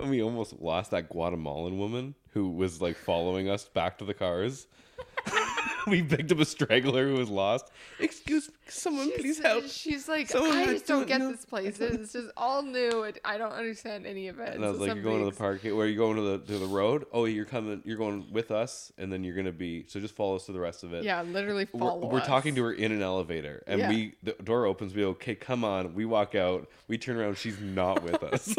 [SPEAKER 1] And we almost lost that Guatemalan woman who was like following us back to the cars. we picked up a straggler who was lost. Excuse someone, please
[SPEAKER 2] She's-
[SPEAKER 1] help.
[SPEAKER 2] She's like,
[SPEAKER 1] Someone
[SPEAKER 2] I
[SPEAKER 1] I
[SPEAKER 2] just don't
[SPEAKER 1] don't
[SPEAKER 2] get
[SPEAKER 1] know.
[SPEAKER 2] this place. It's just all new. and I don't understand any of it.
[SPEAKER 1] And I was
[SPEAKER 2] So
[SPEAKER 1] like, "You're going to the
[SPEAKER 2] something-
[SPEAKER 1] park. Where are you going to the to the road? Oh, you're coming. You're going with us, and then you're gonna be. So just follow us to the rest of it.
[SPEAKER 2] Yeah, literally
[SPEAKER 1] We're,
[SPEAKER 2] follow.
[SPEAKER 1] we're
[SPEAKER 2] us.
[SPEAKER 1] talking to her in an elevator, and
[SPEAKER 2] Yeah.
[SPEAKER 1] we the door opens. We go, okay, come on. We walk out. We turn around. She's not with us,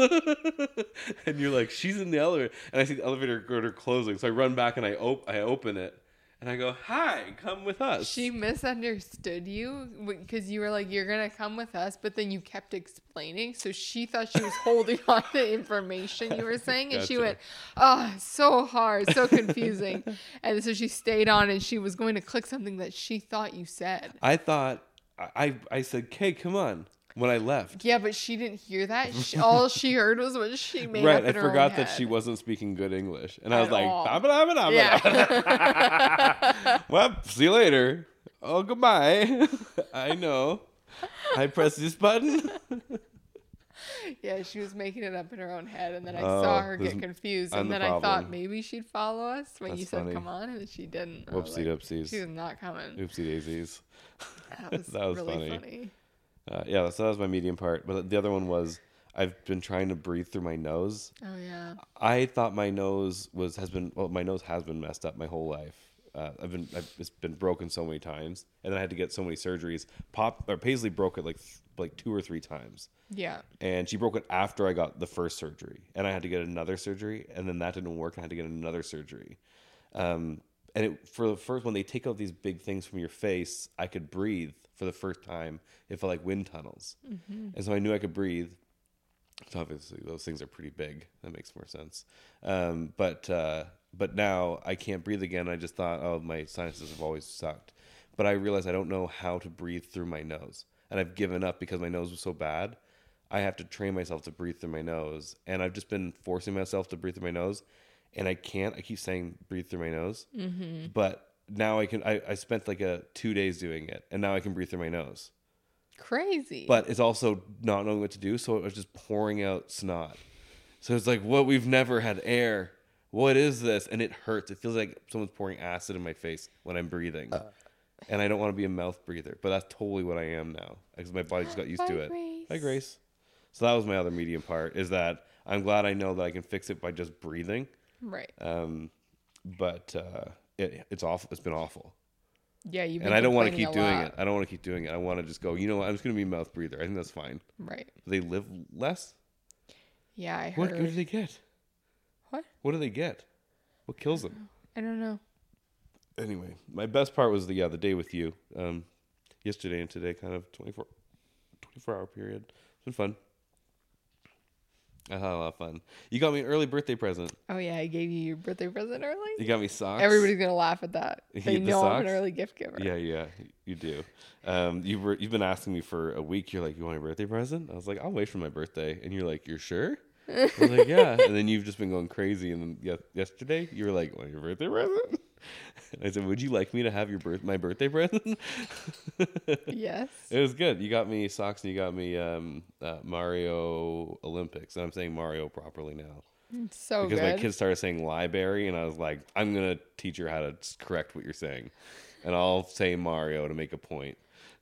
[SPEAKER 1] and you're like, she's in the elevator. And I see the elevator girder closing, so I run back and I op- I open it, and I go, hi, come with us.
[SPEAKER 2] She misunderstood you because you were like, "You're gonna come with us," but then you kept explaining, so she thought she was holding on to information you were saying, and she
[SPEAKER 1] Gotcha.
[SPEAKER 2] went, "Oh, so hard, so confusing," and so she stayed on, and she was going to click something that she thought you said.
[SPEAKER 1] I thought I I- I said, okay, come on. When I left,
[SPEAKER 2] Yeah, but she didn't hear that. She, all she heard was what she made
[SPEAKER 1] right,
[SPEAKER 2] up
[SPEAKER 1] I
[SPEAKER 2] in her own
[SPEAKER 1] forgot that she
[SPEAKER 2] head.
[SPEAKER 1] wasn't speaking good English, and I was
[SPEAKER 2] At
[SPEAKER 1] like,
[SPEAKER 2] all.
[SPEAKER 1] "Bah, bah, bah, bah, bah."
[SPEAKER 2] Yeah.
[SPEAKER 1] well, see you later. Oh, goodbye. I know. I press this button.
[SPEAKER 2] yeah, she was making it up in her own head, and then I
[SPEAKER 1] Oh,
[SPEAKER 2] saw her
[SPEAKER 1] this-
[SPEAKER 2] get confused,
[SPEAKER 1] I'm
[SPEAKER 2] and
[SPEAKER 1] the
[SPEAKER 2] then I thought
[SPEAKER 1] problem.
[SPEAKER 2] maybe she'd follow us when you
[SPEAKER 1] That's
[SPEAKER 2] said
[SPEAKER 1] funny.
[SPEAKER 2] come on, and then she didn't. I was
[SPEAKER 1] Whoopsie
[SPEAKER 2] like,
[SPEAKER 1] doopsies.
[SPEAKER 2] She's not coming.
[SPEAKER 1] Oopsie daisies.
[SPEAKER 2] That was,
[SPEAKER 1] That was
[SPEAKER 2] really
[SPEAKER 1] funny.
[SPEAKER 2] funny.
[SPEAKER 1] Uh, yeah, so that was my medium part. But the other one was I've been trying to breathe through my nose.
[SPEAKER 2] Oh yeah,
[SPEAKER 1] I thought my nose was has been well, my nose has been messed up my whole life. Uh, I've been I've, it's been broken so many times, and then I had to get so many surgeries. Pop or Paisley broke it like th- like two or three times.
[SPEAKER 2] yeah.
[SPEAKER 1] and she broke it after I got the first surgery, and I had to get another surgery, and then that didn't work, and I had to get another surgery. Um, and it, for the first one, they take out these big things from your face. I could breathe for the first time. It felt like wind tunnels, and so I knew I could breathe. So obviously, those things are pretty big. That makes more sense. Um, but uh, but now I can't breathe again. I just thought, oh, my sinuses have always sucked. But I realized I don't know how to breathe through my nose, and I've given up because my nose was so bad. I have to train myself to breathe through my nose, and I've just been forcing myself to breathe through my nose, and I can't. I keep saying breathe through my nose, but now I can. I, I spent like a two days doing it, and now I can breathe through my nose
[SPEAKER 2] Crazy.
[SPEAKER 1] but it's also not knowing what to do. So it was just pouring out snot. So it's like, what? We've never had air. What is this? And it hurts. It feels like someone's pouring acid in my face when I'm breathing.
[SPEAKER 2] Uh.
[SPEAKER 1] and I don't want to be a mouth breather, but that's totally what I am now because my body just got used
[SPEAKER 2] Bye,
[SPEAKER 1] to it.
[SPEAKER 2] Grace.
[SPEAKER 1] Hi, Grace. So that was my other medium part is that I'm glad I know that I can fix it by just breathing.
[SPEAKER 2] right.
[SPEAKER 1] Um, but uh, it, it's awful. It's been awful
[SPEAKER 2] Yeah, you've been
[SPEAKER 1] and I don't want to
[SPEAKER 2] complaining
[SPEAKER 1] keep
[SPEAKER 2] a
[SPEAKER 1] doing it.
[SPEAKER 2] lot.
[SPEAKER 1] I don't want to keep doing it. I want to just go. You know, what? I'm just going to be a mouth breather. I think that's fine.
[SPEAKER 2] Right.
[SPEAKER 1] They live less.
[SPEAKER 2] Yeah, I
[SPEAKER 1] What,
[SPEAKER 2] heard.
[SPEAKER 1] what do they get?
[SPEAKER 2] What?
[SPEAKER 1] What do they get? What kills them?
[SPEAKER 2] I don't know.
[SPEAKER 1] Anyway, my best part was the yeah the day with you, um, yesterday and today, kind of 24, 24 hour period. It's been fun. I had a lot of fun. You got me an early birthday present.
[SPEAKER 2] Oh yeah, I gave you your birthday present early.
[SPEAKER 1] You got me socks.
[SPEAKER 2] Everybody's gonna laugh at that.
[SPEAKER 1] You
[SPEAKER 2] They
[SPEAKER 1] get the
[SPEAKER 2] know I'm an
[SPEAKER 1] socks?
[SPEAKER 2] early gift giver.
[SPEAKER 1] Yeah, yeah, you do. Um, you were you've been asking me for a week. You're like, you want your birthday present? I was like, I'll wait for my birthday. And you're like, you're sure? I was like, yeah. And then you've just been going crazy. And then ye- yesterday, you were like, want your birthday present? And I said, would you like me to have your birth my birthday present? it
[SPEAKER 2] Yes.
[SPEAKER 1] was good. You got me socks and you got me um, uh, Mario Olympics. And I'm saying Mario properly now
[SPEAKER 2] It's so
[SPEAKER 1] because
[SPEAKER 2] Oh, good.
[SPEAKER 1] my kids started saying library, and I was like, I'm gonna teach her how to s- correct what you're saying, and I'll say Mario to make a point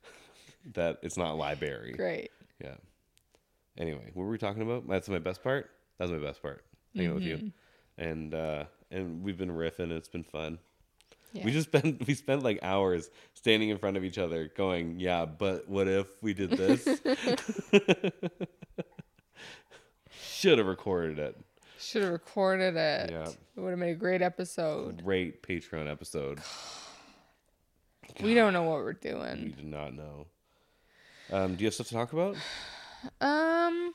[SPEAKER 1] that it's not library.
[SPEAKER 2] Great.
[SPEAKER 1] Yeah. Anyway, what were we talking about? That's my best part. That's
[SPEAKER 2] Mm-hmm.
[SPEAKER 1] my best part. Hanging out with you, and uh, and we've been riffing. It's been fun. We
[SPEAKER 2] Yeah.
[SPEAKER 1] just spent we spent like hours standing in front of each other, going, "Yeah, but what if we did this?" Should have recorded it.
[SPEAKER 2] Should have recorded it.
[SPEAKER 1] Yeah.
[SPEAKER 2] It would have made a great episode.
[SPEAKER 1] Great Patreon episode. Oh,
[SPEAKER 2] We don't know what we're
[SPEAKER 1] We
[SPEAKER 2] doing.
[SPEAKER 1] did not know. Um, do you have stuff to talk about?
[SPEAKER 2] Um,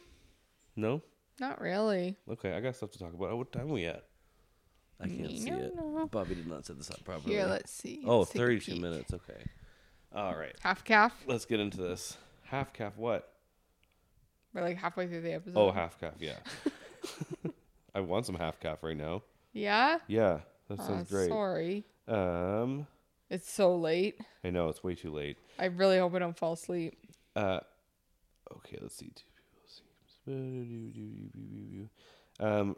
[SPEAKER 1] No.
[SPEAKER 2] not really.
[SPEAKER 1] Okay, I got stuff to talk about. Oh, What time are we at? I can't
[SPEAKER 2] Me
[SPEAKER 1] see
[SPEAKER 2] don't
[SPEAKER 1] it.
[SPEAKER 2] know.
[SPEAKER 1] Bobby did not set this up properly.
[SPEAKER 2] Here, let's see.
[SPEAKER 1] oh,
[SPEAKER 2] Let's take a
[SPEAKER 1] 32
[SPEAKER 2] peek.
[SPEAKER 1] minutes. Okay. All right.
[SPEAKER 2] Half calf.
[SPEAKER 1] Let's get into this. Half calf what?
[SPEAKER 2] We're like halfway through the episode.
[SPEAKER 1] Oh, half calf, yeah. I want some half calf right now.
[SPEAKER 2] yeah.
[SPEAKER 1] Yeah, that
[SPEAKER 2] Aw,
[SPEAKER 1] sounds great.
[SPEAKER 2] Uh, Sorry,
[SPEAKER 1] Um,
[SPEAKER 2] it's so late.
[SPEAKER 1] I know it's way too late.
[SPEAKER 2] I really hope I don't fall asleep.
[SPEAKER 1] Uh, okay, let's see. Two people see- Um,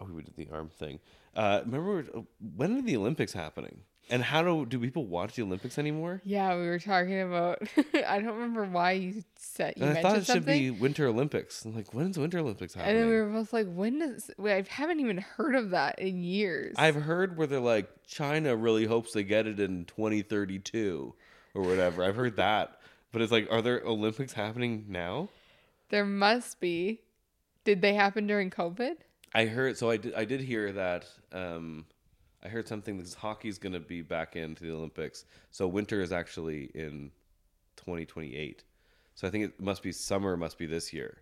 [SPEAKER 1] oh, we did the arm thing. Uh, remember we were- when are the Olympics happening? And how do do people watch the Olympics anymore?
[SPEAKER 2] Yeah, we were talking about. I don't remember why you said you
[SPEAKER 1] And I
[SPEAKER 2] mentioned
[SPEAKER 1] thought it should
[SPEAKER 2] something.
[SPEAKER 1] be Winter Olympics. I'm like, when's Winter Olympics
[SPEAKER 2] and
[SPEAKER 1] happening?
[SPEAKER 2] then we were both like, "When does? Wait, I haven't even heard of that in years."
[SPEAKER 1] I've heard where they're like China really hopes they get it in 2032 or whatever. I've heard that, but it's like, are there Olympics happening now?
[SPEAKER 2] There must be. Did they happen during COVID?
[SPEAKER 1] I heard so. I did. I did hear that. Um, I heard something that hockey's going to be back into the Olympics. So winter is actually in 2028. So I think it must be summer. Must be this year.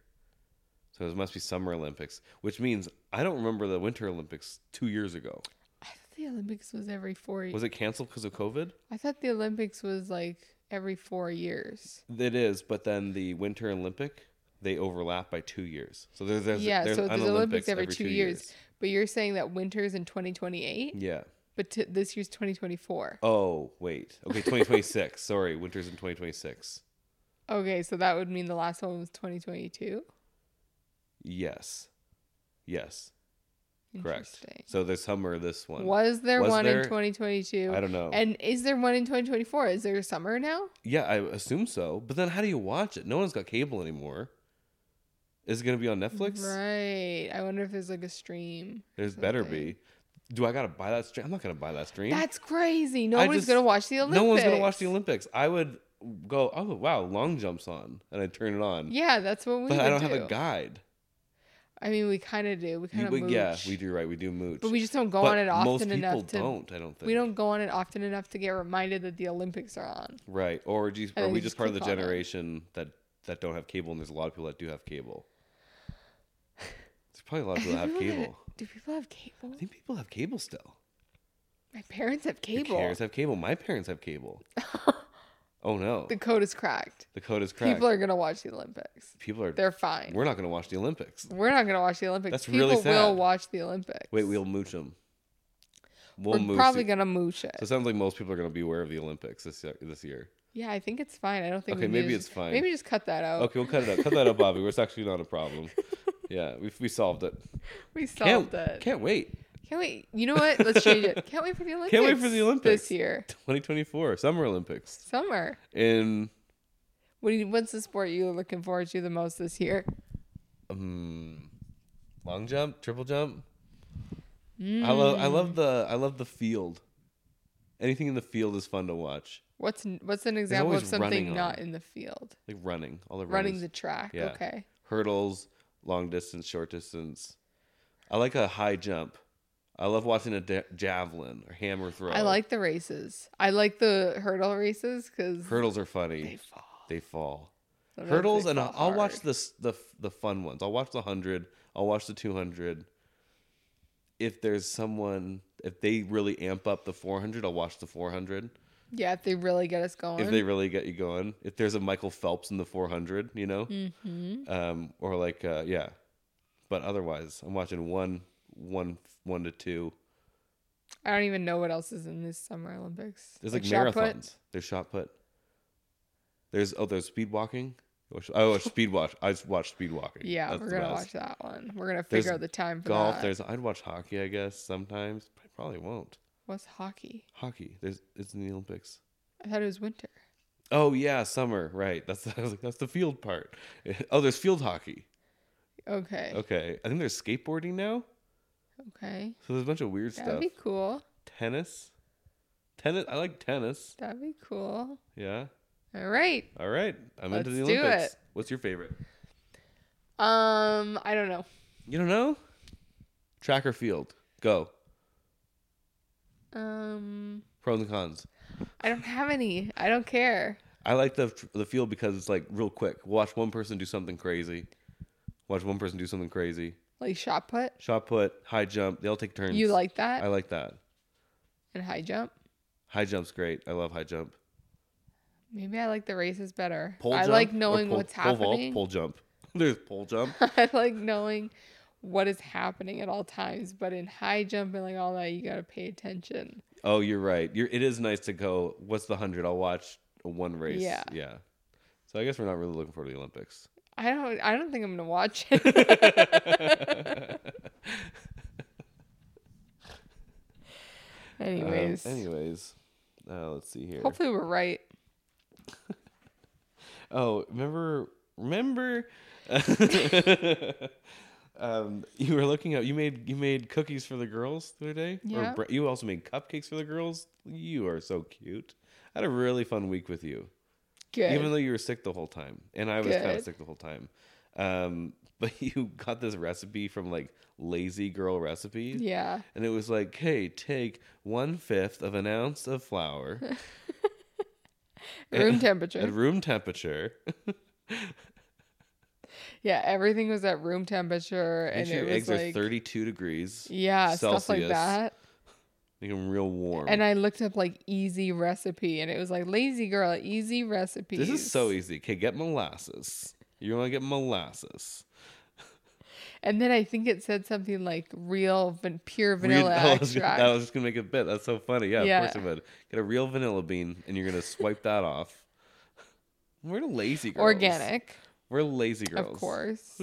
[SPEAKER 1] So it must be summer Olympics, which means I don't remember the Winter Olympics two years ago.
[SPEAKER 2] I thought the Olympics was every four. years.
[SPEAKER 1] Was it canceled because of COVID?
[SPEAKER 2] I thought the Olympics was like every four years.
[SPEAKER 1] It is, but then the Winter Olympic they overlap by two years. So there's there's,
[SPEAKER 2] yeah,
[SPEAKER 1] there's
[SPEAKER 2] so
[SPEAKER 1] an
[SPEAKER 2] there's Olympics every, two, years.
[SPEAKER 1] years.
[SPEAKER 2] But you're saying that winter's in 2028,
[SPEAKER 1] Yeah.
[SPEAKER 2] but t- this year's 2024.
[SPEAKER 1] Mm. Oh wait. Okay, 2026. Sorry, winter's in 2026.
[SPEAKER 2] Okay, so that would mean the last one was 2022.
[SPEAKER 1] Yes. Yes. Correct.
[SPEAKER 2] Interesting.
[SPEAKER 1] So there's summer this one.
[SPEAKER 2] Was there
[SPEAKER 1] Was
[SPEAKER 2] one
[SPEAKER 1] there-
[SPEAKER 2] in 2022?
[SPEAKER 1] I don't know.
[SPEAKER 2] And is there one in 2024? Is there a summer now?
[SPEAKER 1] yeah, I assume so. But then how do you watch it? No one's got cable anymore. Is it gonna be on Netflix?
[SPEAKER 2] Right. I wonder if there's like a stream. or
[SPEAKER 1] There's better
[SPEAKER 2] something.
[SPEAKER 1] be. Do I gotta buy that stream? I'm not gonna buy that stream.
[SPEAKER 2] That's crazy. No
[SPEAKER 1] I
[SPEAKER 2] one's
[SPEAKER 1] just-
[SPEAKER 2] gonna watch the Olympics.
[SPEAKER 1] No one's gonna watch the Olympics. I would go, oh wow, long jumps on, and I turn it on.
[SPEAKER 2] Yeah, that's what we.
[SPEAKER 1] but I don't
[SPEAKER 2] do.
[SPEAKER 1] have a guide.
[SPEAKER 2] I mean, we kind of do. We
[SPEAKER 1] You,
[SPEAKER 2] kind
[SPEAKER 1] but
[SPEAKER 2] of
[SPEAKER 1] yeah, we do right. We do mooch.
[SPEAKER 2] But we just don't go
[SPEAKER 1] But
[SPEAKER 2] on it often
[SPEAKER 1] most people
[SPEAKER 2] enough to.
[SPEAKER 1] don't. I don't think.
[SPEAKER 2] We don't go on it often enough to get reminded that the Olympics are on.
[SPEAKER 1] Right, or do you,
[SPEAKER 2] I
[SPEAKER 1] are
[SPEAKER 2] think
[SPEAKER 1] we
[SPEAKER 2] they
[SPEAKER 1] just
[SPEAKER 2] Oh, just
[SPEAKER 1] part of the
[SPEAKER 2] click on it.
[SPEAKER 1] generation that that don't have cable? And there's a lot of people that do have cable. There's probably a lot of people that have
[SPEAKER 2] Everyone-
[SPEAKER 1] cable.
[SPEAKER 2] Do people have cable?
[SPEAKER 1] I think people have cable still.
[SPEAKER 2] My parents have
[SPEAKER 1] Your
[SPEAKER 2] cable.
[SPEAKER 1] parents have cable. My parents have cable. oh no,
[SPEAKER 2] The code is cracked.
[SPEAKER 1] the code is cracked.
[SPEAKER 2] People are gonna watch the Olympics.
[SPEAKER 1] People are.
[SPEAKER 2] They're fine. We're,
[SPEAKER 1] we're not going to watch the Olympics.
[SPEAKER 2] not gonna watch the Olympics.
[SPEAKER 1] That's
[SPEAKER 2] people
[SPEAKER 1] really
[SPEAKER 2] will
[SPEAKER 1] sad.
[SPEAKER 2] watch the Olympics.
[SPEAKER 1] Wait, we'll mooch them. We'll
[SPEAKER 2] We're
[SPEAKER 1] mooch.
[SPEAKER 2] probably
[SPEAKER 1] the-
[SPEAKER 2] gonna mooch it.
[SPEAKER 1] so it sounds like most people are going to be aware of the Olympics this year, this year.
[SPEAKER 2] yeah, I think it's fine. I don't think.
[SPEAKER 1] Okay,
[SPEAKER 2] we need to
[SPEAKER 1] maybe
[SPEAKER 2] just-
[SPEAKER 1] it's fine.
[SPEAKER 2] Maybe just cut that out.
[SPEAKER 1] Okay, we'll cut it up. Cut that up, Bobby. It's actually not a problem. Yeah, we we solved it.
[SPEAKER 2] We solved
[SPEAKER 1] can't,
[SPEAKER 2] it.
[SPEAKER 1] Can't wait.
[SPEAKER 2] Can't wait. You know what? Let's change it. Can't wait for the Olympics.
[SPEAKER 1] wait for the Olympics.
[SPEAKER 2] this year.
[SPEAKER 1] 2024 Summer Olympics
[SPEAKER 2] Summer.
[SPEAKER 1] in
[SPEAKER 2] What do you, what's the sport you're looking forward to the most this year?
[SPEAKER 1] um, long jump, triple jump. I love I love the I love the field. Anything in the field is fun to watch.
[SPEAKER 2] What's n- what's an example of
[SPEAKER 1] always running
[SPEAKER 2] something
[SPEAKER 1] on
[SPEAKER 2] not
[SPEAKER 1] it.
[SPEAKER 2] in the field?
[SPEAKER 1] Like running, all the
[SPEAKER 2] Running
[SPEAKER 1] runners.
[SPEAKER 2] the track.
[SPEAKER 1] Yeah.
[SPEAKER 2] Okay.
[SPEAKER 1] hurdles, long distance, short distance. I like a high jump. I love watching a da- javelin or hammer throw.
[SPEAKER 2] I like the races. I like the hurdle races because
[SPEAKER 1] hurdles are funny.
[SPEAKER 2] they fall.
[SPEAKER 1] They fall. hurdles and I'll, I'll watch the s- the f- the fun ones. I'll watch the 100, I'll watch the 200. If there's someone if they really amp up the 400, I'll watch the 400.
[SPEAKER 2] Yeah, if they really get us going.
[SPEAKER 1] If they really get you going. If there's a Michael Phelps in the 400, you know?
[SPEAKER 2] hmm
[SPEAKER 1] Um or like uh yeah. But otherwise, I'm watching one one one to two.
[SPEAKER 2] I don't even know what else is in this Summer Olympics.
[SPEAKER 1] There's like,
[SPEAKER 2] shot
[SPEAKER 1] marathons.
[SPEAKER 2] put.
[SPEAKER 1] There's shot put. There's oh there's speed walking. I watch- I watch speed watch. I just watch speed walking.
[SPEAKER 2] Yeah,
[SPEAKER 1] That's
[SPEAKER 2] we're
[SPEAKER 1] the
[SPEAKER 2] gonna
[SPEAKER 1] best.
[SPEAKER 2] watch that one. We're gonna figure
[SPEAKER 1] There's
[SPEAKER 2] out the time for
[SPEAKER 1] golf.
[SPEAKER 2] that.
[SPEAKER 1] There's I'd watch hockey, I guess sometimes. But I probably won't.
[SPEAKER 2] What's hockey?
[SPEAKER 1] Hockey. There's it's in the Olympics.
[SPEAKER 2] I thought it was winter.
[SPEAKER 1] Oh yeah, summer. Right. That's I was like, that's the field part. Oh, there's field hockey.
[SPEAKER 2] Okay.
[SPEAKER 1] Okay. I think there's skateboarding now.
[SPEAKER 2] Okay.
[SPEAKER 1] So there's a bunch of weird
[SPEAKER 2] That'd
[SPEAKER 1] stuff.
[SPEAKER 2] be cool.
[SPEAKER 1] tennis. Tennis. I like tennis.
[SPEAKER 2] That'd be cool.
[SPEAKER 1] Yeah.
[SPEAKER 2] All right.
[SPEAKER 1] All right. I'm into the
[SPEAKER 2] Let's do
[SPEAKER 1] Olympics.
[SPEAKER 2] it.
[SPEAKER 1] What's your favorite?
[SPEAKER 2] Um, I don't know.
[SPEAKER 1] You don't know? Track or field? Go.
[SPEAKER 2] Um,
[SPEAKER 1] Pros and cons.
[SPEAKER 2] I don't have any. I don't care.
[SPEAKER 1] I like the the field because it's like real quick. Watch one person do something crazy. Watch one person do something crazy.
[SPEAKER 2] Like shot put.
[SPEAKER 1] Shot put, high jump. They all take turns.
[SPEAKER 2] You like that?
[SPEAKER 1] I like that.
[SPEAKER 2] and high jump.
[SPEAKER 1] High jump's great. I love high jump.
[SPEAKER 2] Maybe I like the races better.
[SPEAKER 1] Pole
[SPEAKER 2] I
[SPEAKER 1] jump
[SPEAKER 2] like
[SPEAKER 1] or
[SPEAKER 2] knowing
[SPEAKER 1] pole-
[SPEAKER 2] what's
[SPEAKER 1] pole vault,
[SPEAKER 2] happening.
[SPEAKER 1] pole jump. There's pole jump.
[SPEAKER 2] I like knowing what is happening at all times. But in high jump and like all that, you gotta pay attention.
[SPEAKER 1] Oh, you're right. You're, it is nice to go. What's the hundred? I'll watch one race.
[SPEAKER 2] Yeah.
[SPEAKER 1] Yeah. So I guess we're not really looking forward to the Olympics.
[SPEAKER 2] I don't. I don't think I'm gonna watch it.
[SPEAKER 1] Um,
[SPEAKER 2] Anyways,
[SPEAKER 1] anyways, uh, let's see here.
[SPEAKER 2] hopefully we're right.
[SPEAKER 1] Oh, remember, remember, um, you were looking up. You made you made cookies for the girls the other day.
[SPEAKER 2] Yeah.
[SPEAKER 1] bre- you also made cupcakes for the girls. You are so cute. I had a really fun week with you,
[SPEAKER 2] Good.
[SPEAKER 1] even though you were sick the whole time, and I was kind of
[SPEAKER 2] Good.
[SPEAKER 1] sick the whole time. Um, but you got this recipe from like Lazy Girl Recipe.
[SPEAKER 2] yeah.
[SPEAKER 1] And it was like, hey, take one fifth of an ounce of flour Eh,
[SPEAKER 2] Room
[SPEAKER 1] at
[SPEAKER 2] temperature.
[SPEAKER 1] room temperature.
[SPEAKER 2] Yeah, everything was at room temperature,
[SPEAKER 1] Make
[SPEAKER 2] and
[SPEAKER 1] sure
[SPEAKER 2] it
[SPEAKER 1] your
[SPEAKER 2] was
[SPEAKER 1] eggs are
[SPEAKER 2] like
[SPEAKER 1] 32 degrees.
[SPEAKER 2] yeah, stuff
[SPEAKER 1] Celsius.
[SPEAKER 2] like that.
[SPEAKER 1] Make them real warm.
[SPEAKER 2] And I looked up like easy recipe, and it was like lazy girl easy recipe.
[SPEAKER 1] this is so easy. Okay, get molasses. You want to get molasses.
[SPEAKER 2] And then I think it said something like real van- pure
[SPEAKER 1] Real-
[SPEAKER 2] vanilla
[SPEAKER 1] I was, gonna-
[SPEAKER 2] extract.
[SPEAKER 1] I was just going to make a bit. That's so funny. Yeah,
[SPEAKER 2] Yeah.
[SPEAKER 1] of course it would. Get a real vanilla bean and you're going to swipe that off. We're lazy girls.
[SPEAKER 2] Organic,
[SPEAKER 1] We're lazy girls.
[SPEAKER 2] of course.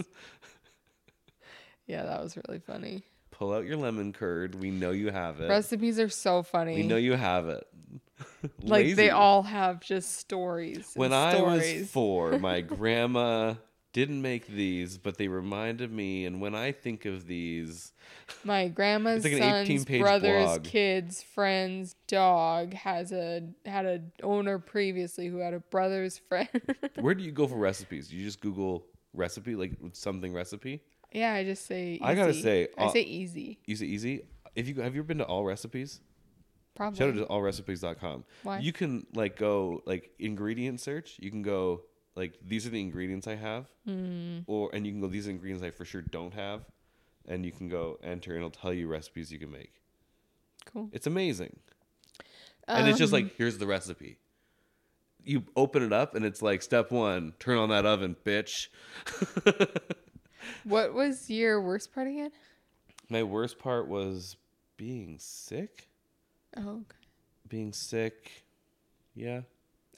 [SPEAKER 2] yeah, that was really funny.
[SPEAKER 1] Pull out your lemon curd. We know you have it.
[SPEAKER 2] Recipes are so funny.
[SPEAKER 1] We know you have it.
[SPEAKER 2] like
[SPEAKER 1] Lazy.
[SPEAKER 2] they all have just stories. and
[SPEAKER 1] When I was
[SPEAKER 2] stories.
[SPEAKER 1] four, my grandma didn't make these, but they reminded me. And when I think of these,
[SPEAKER 2] My grandma's
[SPEAKER 1] like an
[SPEAKER 2] son's
[SPEAKER 1] 18-page
[SPEAKER 2] brother's
[SPEAKER 1] blog.
[SPEAKER 2] kids friend's dog has a had a owner previously who had a brother's friend.
[SPEAKER 1] where do you go for recipes? You just Google recipe, like something recipe.
[SPEAKER 2] yeah, I just say. Easy.
[SPEAKER 1] I gotta say,
[SPEAKER 2] I
[SPEAKER 1] uh,
[SPEAKER 2] say easy.
[SPEAKER 1] Easy, easy. If you have you ever been to All Recipes?
[SPEAKER 2] Probably.
[SPEAKER 1] Shout out to allrecipes.com.
[SPEAKER 2] Why?
[SPEAKER 1] You can like go like ingredient search. You can go like these are the ingredients I have,
[SPEAKER 2] Hmm.
[SPEAKER 1] or and you can go these are the ingredients I for sure don't have, and you can go enter and it'll tell you recipes you can make.
[SPEAKER 2] cool.
[SPEAKER 1] It's amazing. And it's
[SPEAKER 2] Um,
[SPEAKER 1] just like, here's the recipe. You open it up and it's like, step one, turn on that oven, bitch.
[SPEAKER 2] What was your worst part again?
[SPEAKER 1] My worst part was being sick.
[SPEAKER 2] Oh,
[SPEAKER 1] Being sick. Yeah,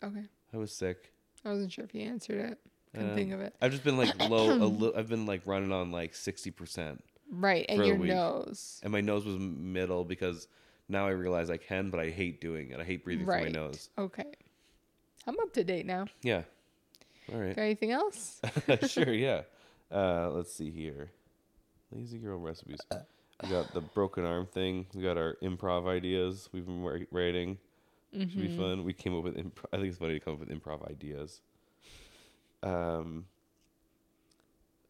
[SPEAKER 2] okay. okay.
[SPEAKER 1] I was sick.
[SPEAKER 2] I wasn't sure if he answered it. Couldn't
[SPEAKER 1] Um,
[SPEAKER 2] think of it.
[SPEAKER 1] I've just been like low, a li- I've been like running on like 60%.
[SPEAKER 2] Right,
[SPEAKER 1] for
[SPEAKER 2] and
[SPEAKER 1] the
[SPEAKER 2] your
[SPEAKER 1] week.
[SPEAKER 2] nose.
[SPEAKER 1] And my nose was middle because now I realize I can, but I hate doing it. I hate breathing
[SPEAKER 2] Right.
[SPEAKER 1] through my nose.
[SPEAKER 2] Okay. I'm up to date now.
[SPEAKER 1] Yeah. All right.
[SPEAKER 2] Got anything else?
[SPEAKER 1] sure, yeah. Uh, let's see here. Lazy girl recipes. We got the broken arm thing. We got our improv ideas. We've been wri- writing. Should be fun. We came up with. Imp- I think it's funny to come up with improv ideas. Um.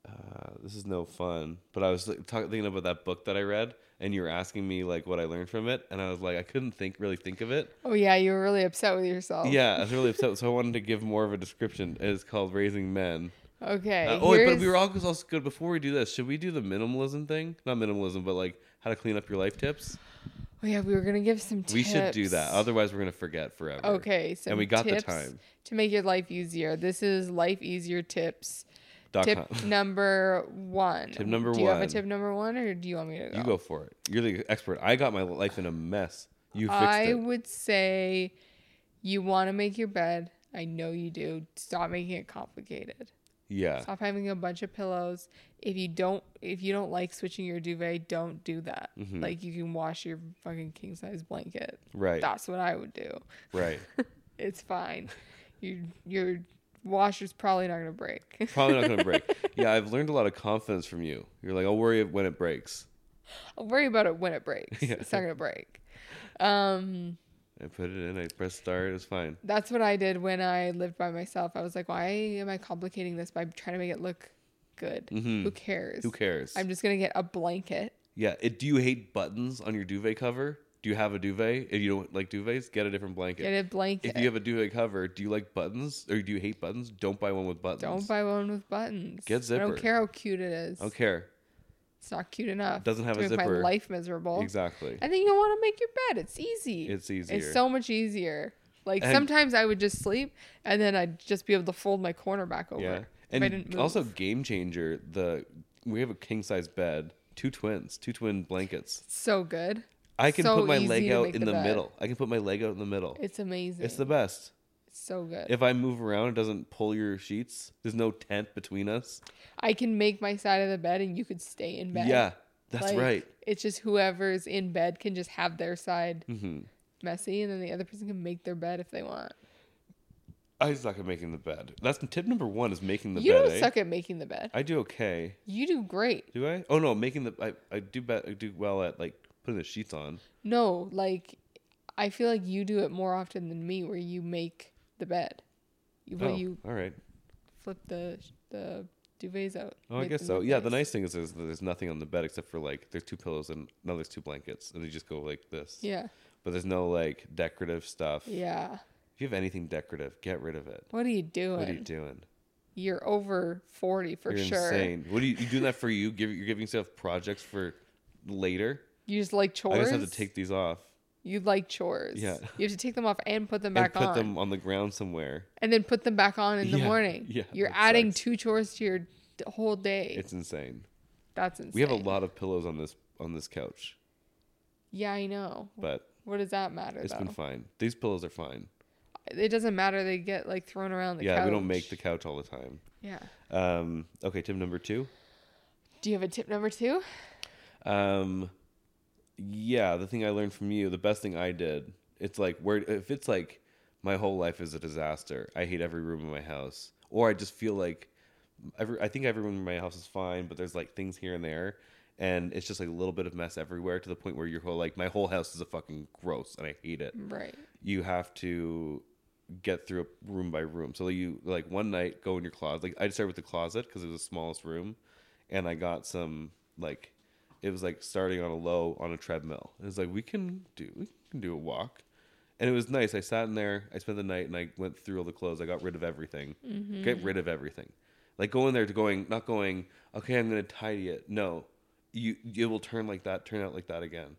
[SPEAKER 1] Uh, this is no fun. But I was like, talk- thinking about that book that I read, and you were asking me like what I learned from it, and I was like, I couldn't think really think of it.
[SPEAKER 2] Oh yeah, you were really upset with yourself.
[SPEAKER 1] Yeah, I was really upset, so I wanted to give more of a description. It's called Raising Men.
[SPEAKER 2] Okay.
[SPEAKER 1] Uh, oh, wait, but we
[SPEAKER 2] here's-
[SPEAKER 1] were all also good. Before we do this, should we do the minimalism thing? Not minimalism, but like how to clean up your life tips.
[SPEAKER 2] Oh yeah, we were gonna give some tips.
[SPEAKER 1] We should do that. Otherwise, we're gonna forget forever.
[SPEAKER 2] Okay, so
[SPEAKER 1] And we got the
[SPEAKER 2] tips
[SPEAKER 1] time.
[SPEAKER 2] to make your life easier. This is life easier tips.
[SPEAKER 1] Dot
[SPEAKER 2] Tip
[SPEAKER 1] com.
[SPEAKER 2] number one.
[SPEAKER 1] Tip number
[SPEAKER 2] Do you have a
[SPEAKER 1] one.
[SPEAKER 2] tip number one, or do you want me to go?
[SPEAKER 1] You go for it. You're the expert. I got my life in a mess. You fixed
[SPEAKER 2] I
[SPEAKER 1] it.
[SPEAKER 2] would say you want to make your bed. I know you do. Stop making it complicated.
[SPEAKER 1] Yeah.
[SPEAKER 2] Stop having a bunch of pillows. If you don't, if you don't like switching your duvet, don't do that.
[SPEAKER 1] Mm-hmm.
[SPEAKER 2] Like you can wash your fucking king size blanket.
[SPEAKER 1] Right.
[SPEAKER 2] That's what I would do.
[SPEAKER 1] Right.
[SPEAKER 2] It's fine. your your washer's probably not gonna break.
[SPEAKER 1] Probably not gonna break. Yeah, I've learned a lot of confidence from you. You're like, I'll worry when it breaks.
[SPEAKER 2] I'll worry about it when it breaks.
[SPEAKER 1] Yeah.
[SPEAKER 2] It's not gonna break. Um,
[SPEAKER 1] I put it in. I pressed start. It was fine.
[SPEAKER 2] that's what I did when I lived by myself. I was like, why am I complicating this by trying to make it look good? Who cares?
[SPEAKER 1] Mm-hmm. Who cares?
[SPEAKER 2] I'm just gonna get a blanket.
[SPEAKER 1] yeah. It, do you hate buttons on your duvet cover? Do you have a duvet? If you don't like duvets, get a different blanket.
[SPEAKER 2] Get a blanket.
[SPEAKER 1] if you have a duvet cover, do you like buttons or do you hate buttons? Don't buy one with buttons.
[SPEAKER 2] don't buy one with buttons.
[SPEAKER 1] Get
[SPEAKER 2] I
[SPEAKER 1] zipper.
[SPEAKER 2] don't care how cute it is.
[SPEAKER 1] I don't care.
[SPEAKER 2] It's not cute enough.
[SPEAKER 1] Doesn't have
[SPEAKER 2] to
[SPEAKER 1] a
[SPEAKER 2] make
[SPEAKER 1] zipper.
[SPEAKER 2] My life miserable.
[SPEAKER 1] Exactly.
[SPEAKER 2] And then you want to make your bed. It's easy.
[SPEAKER 1] It's
[SPEAKER 2] It's
[SPEAKER 1] easier.
[SPEAKER 2] so much easier. Like
[SPEAKER 1] And-
[SPEAKER 2] sometimes I would just sleep and then I'd just be able to fold my corner back over.
[SPEAKER 1] Yeah.
[SPEAKER 2] if I didn't
[SPEAKER 1] And
[SPEAKER 2] move.
[SPEAKER 1] also game changer, the we have a king size bed, two twins, two twin blankets.
[SPEAKER 2] so good.
[SPEAKER 1] I can
[SPEAKER 2] So
[SPEAKER 1] put my leg
[SPEAKER 2] easy to
[SPEAKER 1] out
[SPEAKER 2] make
[SPEAKER 1] in
[SPEAKER 2] the
[SPEAKER 1] the,
[SPEAKER 2] bed.
[SPEAKER 1] middle. I can put my leg out in the middle. It's,
[SPEAKER 2] It's amazing. It's
[SPEAKER 1] the best.
[SPEAKER 2] so good.
[SPEAKER 1] If I move around, it doesn't pull your sheets. There's no tent between us.
[SPEAKER 2] I can make my side of the bed and you could stay in bed.
[SPEAKER 1] Yeah, that's
[SPEAKER 2] Like,
[SPEAKER 1] right.
[SPEAKER 2] It's just whoever's in bed can just have their side
[SPEAKER 1] hmm
[SPEAKER 2] messy and then the other person can make their bed if they want.
[SPEAKER 1] I suck at making the bed. That's tip number one is making the
[SPEAKER 2] you
[SPEAKER 1] bed.
[SPEAKER 2] don't
[SPEAKER 1] eh?
[SPEAKER 2] suck at making the bed.
[SPEAKER 1] I do okay.
[SPEAKER 2] You do great.
[SPEAKER 1] Do I? Oh no, making the I, I do bet I do well at like putting the sheets on.
[SPEAKER 2] No, like I feel like you do it more often than me, where you make the bed, you, where
[SPEAKER 1] oh,
[SPEAKER 2] you
[SPEAKER 1] all right.
[SPEAKER 2] flip the the duvets out.
[SPEAKER 1] Oh, I
[SPEAKER 2] make
[SPEAKER 1] guess
[SPEAKER 2] them
[SPEAKER 1] so.
[SPEAKER 2] look
[SPEAKER 1] Yeah, the
[SPEAKER 2] nice.
[SPEAKER 1] nice thing is, is that there's nothing on the bed except for like there's two pillows and now there's two blankets and they just go like this.
[SPEAKER 2] Yeah,
[SPEAKER 1] But there's no like decorative stuff.
[SPEAKER 2] yeah.
[SPEAKER 1] If you have anything decorative, get rid of it.
[SPEAKER 2] What are you doing?
[SPEAKER 1] What are you doing?
[SPEAKER 2] you are over forty for
[SPEAKER 1] You're
[SPEAKER 2] sure.
[SPEAKER 1] insane. What are you, you doing that for? You give you're giving yourself projects for later.
[SPEAKER 2] You just like chores.
[SPEAKER 1] I just have to take these off
[SPEAKER 2] You like chores.
[SPEAKER 1] Yeah.
[SPEAKER 2] You have to take them off and put them back
[SPEAKER 1] and put
[SPEAKER 2] on,
[SPEAKER 1] them on the ground somewhere.
[SPEAKER 2] and then put them back on in the
[SPEAKER 1] Yeah,
[SPEAKER 2] morning.
[SPEAKER 1] yeah,
[SPEAKER 2] You're
[SPEAKER 1] that
[SPEAKER 2] adding
[SPEAKER 1] sucks.
[SPEAKER 2] two chores to your d- whole day.
[SPEAKER 1] It's insane.
[SPEAKER 2] That's insane.
[SPEAKER 1] We have a lot of pillows on this on this couch,
[SPEAKER 2] Yeah, I know.
[SPEAKER 1] but
[SPEAKER 2] What does that matter
[SPEAKER 1] it's
[SPEAKER 2] though?
[SPEAKER 1] been fine. These pillows are fine.
[SPEAKER 2] it doesn't matter. They get like thrown around the
[SPEAKER 1] yeah,
[SPEAKER 2] couch.
[SPEAKER 1] we don't make the couch all the time.
[SPEAKER 2] Yeah.
[SPEAKER 1] Um, okay, tip number two.
[SPEAKER 2] Do you have a tip number two?
[SPEAKER 1] Um, yeah, the thing I learned from you, the best thing I did, it's like where if it's like my whole life is a disaster. I hate every room in my house, or I just feel like every. I think every room in my house is fine, but there's like things here and there, and it's just like a little bit of mess everywhere to the point where your whole like my whole house is a fucking gross, and I hate it
[SPEAKER 2] Right.
[SPEAKER 1] you have to get through it room by room. So you like one night go in your closet. Like I started with the closet because it was the smallest room, and I got some like it was like starting on a low on a treadmill. It was like we can do we can do a walk, and it was nice. I sat in there. I spent the night and I went through all the clothes. I got rid of everything. Get rid of everything. Like go in there to going not going. Okay, I'm gonna tidy it. No, you it will turn like that. Turn out like that again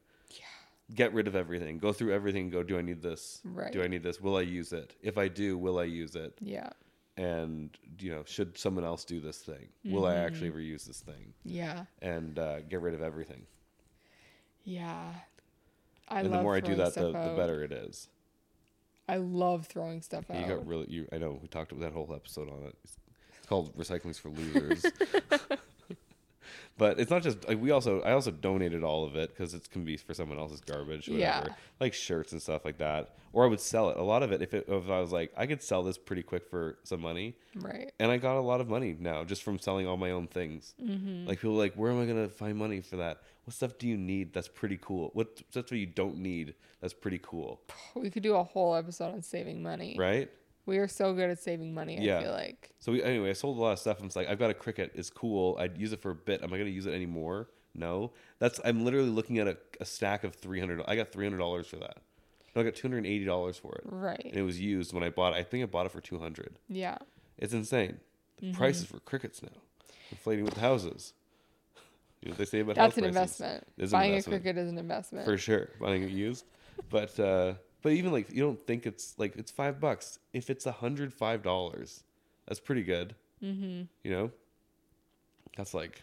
[SPEAKER 1] get rid of everything go through everything go do i need this
[SPEAKER 2] Right.
[SPEAKER 1] do i need this will i use it if i do will i use it
[SPEAKER 2] Yeah.
[SPEAKER 1] and you know should someone else do this thing will i actually ever
[SPEAKER 2] Mm-hmm.
[SPEAKER 1] use this thing
[SPEAKER 2] Yeah.
[SPEAKER 1] and uh, get rid of everything
[SPEAKER 2] Yeah. I
[SPEAKER 1] and
[SPEAKER 2] love
[SPEAKER 1] the more i do
[SPEAKER 2] throwing
[SPEAKER 1] that the,
[SPEAKER 2] stuff
[SPEAKER 1] the
[SPEAKER 2] out.
[SPEAKER 1] better it is
[SPEAKER 2] I love throwing stuff
[SPEAKER 1] you
[SPEAKER 2] out.
[SPEAKER 1] got really you i know we talked about that whole episode on it it's called recycling's for losers but it's not just like we also i also donated all of it because it can be for someone else's garbage whatever
[SPEAKER 2] Yeah.
[SPEAKER 1] like shirts and stuff like that or i would sell it a lot of it if, it if i was like i could sell this pretty quick for some money
[SPEAKER 2] right.
[SPEAKER 1] and i got a lot of money now just from selling all my own things mm-hmm. like people are like where am i going to find money for that what stuff do you need that's pretty cool what stuff do you don't need that's pretty cool
[SPEAKER 2] We could do a whole episode on saving money.
[SPEAKER 1] right
[SPEAKER 2] We are so good at saving money, I
[SPEAKER 1] Yeah.
[SPEAKER 2] feel like.
[SPEAKER 1] So we, anyway, I sold a lot of stuff. I'm just like, I've got a cricket. It's cool. I'd use it for a bit. Am I going to use it anymore? No. That's I'm literally looking at a, a stack of three hundred. I got three hundred dollars for that. No, I got two hundred and eighty dollars for it, and
[SPEAKER 2] Right.
[SPEAKER 1] it was used when I bought. it. I think I bought it for two hundred.
[SPEAKER 2] Yeah.
[SPEAKER 1] It's insane. The
[SPEAKER 2] Mm-hmm.
[SPEAKER 1] prices for crickets now, inflating with houses. You know what they say about
[SPEAKER 2] That's
[SPEAKER 1] house
[SPEAKER 2] an
[SPEAKER 1] prices.
[SPEAKER 2] investment.
[SPEAKER 1] It's an
[SPEAKER 2] Buying
[SPEAKER 1] investment.
[SPEAKER 2] a cricket is an investment.
[SPEAKER 1] for sure. Buying it used, but uh, but even like you don't think it's like it's five bucks. If it's a hundred five dollars, that's pretty good. Mm-hmm. You know, that's like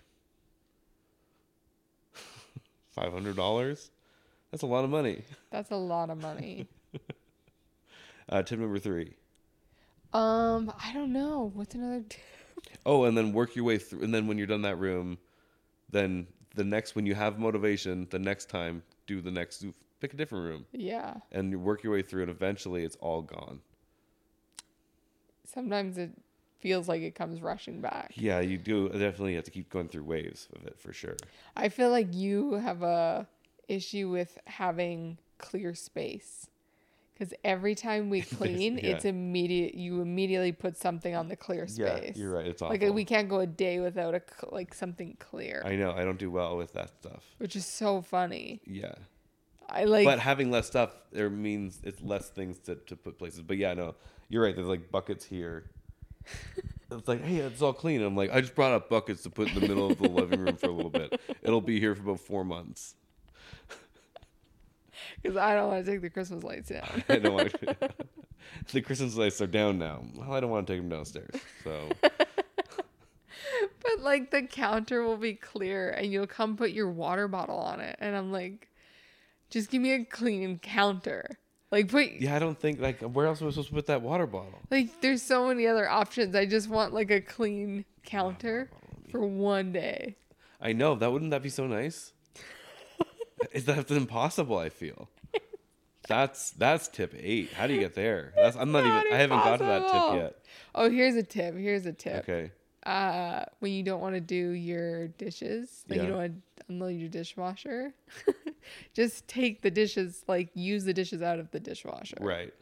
[SPEAKER 1] five hundred dollars. That's a lot of money.
[SPEAKER 2] That's a lot of money.
[SPEAKER 1] Uh, tip number three.
[SPEAKER 2] um, I don't know. What's another
[SPEAKER 1] Oh, and then work your way through. And then when you're done that room, then the next when you have motivation, the next time do the next pick a different room
[SPEAKER 2] Yeah.
[SPEAKER 1] and you work your way through it. Eventually, it's all gone.
[SPEAKER 2] Sometimes it feels like it comes rushing back.
[SPEAKER 1] Yeah, you do definitely have to keep going through waves of it for sure.
[SPEAKER 2] I feel like you have a issue with having clear space. Because every time we clean,
[SPEAKER 1] yeah.
[SPEAKER 2] it's immediate. You immediately put something on the clear
[SPEAKER 1] Yeah,
[SPEAKER 2] space.
[SPEAKER 1] you're right. It's awful.
[SPEAKER 2] Like we can't go a day without a cl- like something clear,
[SPEAKER 1] I know. I don't do well with that stuff.
[SPEAKER 2] which is so funny.
[SPEAKER 1] Yeah.
[SPEAKER 2] I like.
[SPEAKER 1] but having less stuff there means it's less things to, to put places. But yeah, no, you're right. There's like buckets here. it's like, hey, it's all clean. I'm like, I just brought up buckets to put in the middle of the living room for a little bit. It'll be here for about four months.
[SPEAKER 2] Because I don't want to take the Christmas lights down.
[SPEAKER 1] I don't want the Christmas lights are down now. Well, I don't want to take them downstairs. So
[SPEAKER 2] but like the counter will be clear and you'll come put your water bottle on it. And I'm like, just give me a clean counter. Like, put.
[SPEAKER 1] yeah, I don't think like where else am I supposed to put that water bottle?
[SPEAKER 2] Like, there's so many other options. I just want like a clean counter for one day.
[SPEAKER 1] I know that wouldn't that be so nice? Is that's impossible? I feel. That's that's tip eight. How do you get there? That's, I'm not,
[SPEAKER 2] not
[SPEAKER 1] even. I haven't got to that
[SPEAKER 2] impossible.
[SPEAKER 1] tip
[SPEAKER 2] Oh, here's a tip. Here's a tip.
[SPEAKER 1] yet. Okay.
[SPEAKER 2] Uh, when you don't want to do your dishes, like
[SPEAKER 1] Yeah.
[SPEAKER 2] you don't want to unload your dishwasher, just take the dishes, like use the dishes out of the dishwasher.
[SPEAKER 1] Right.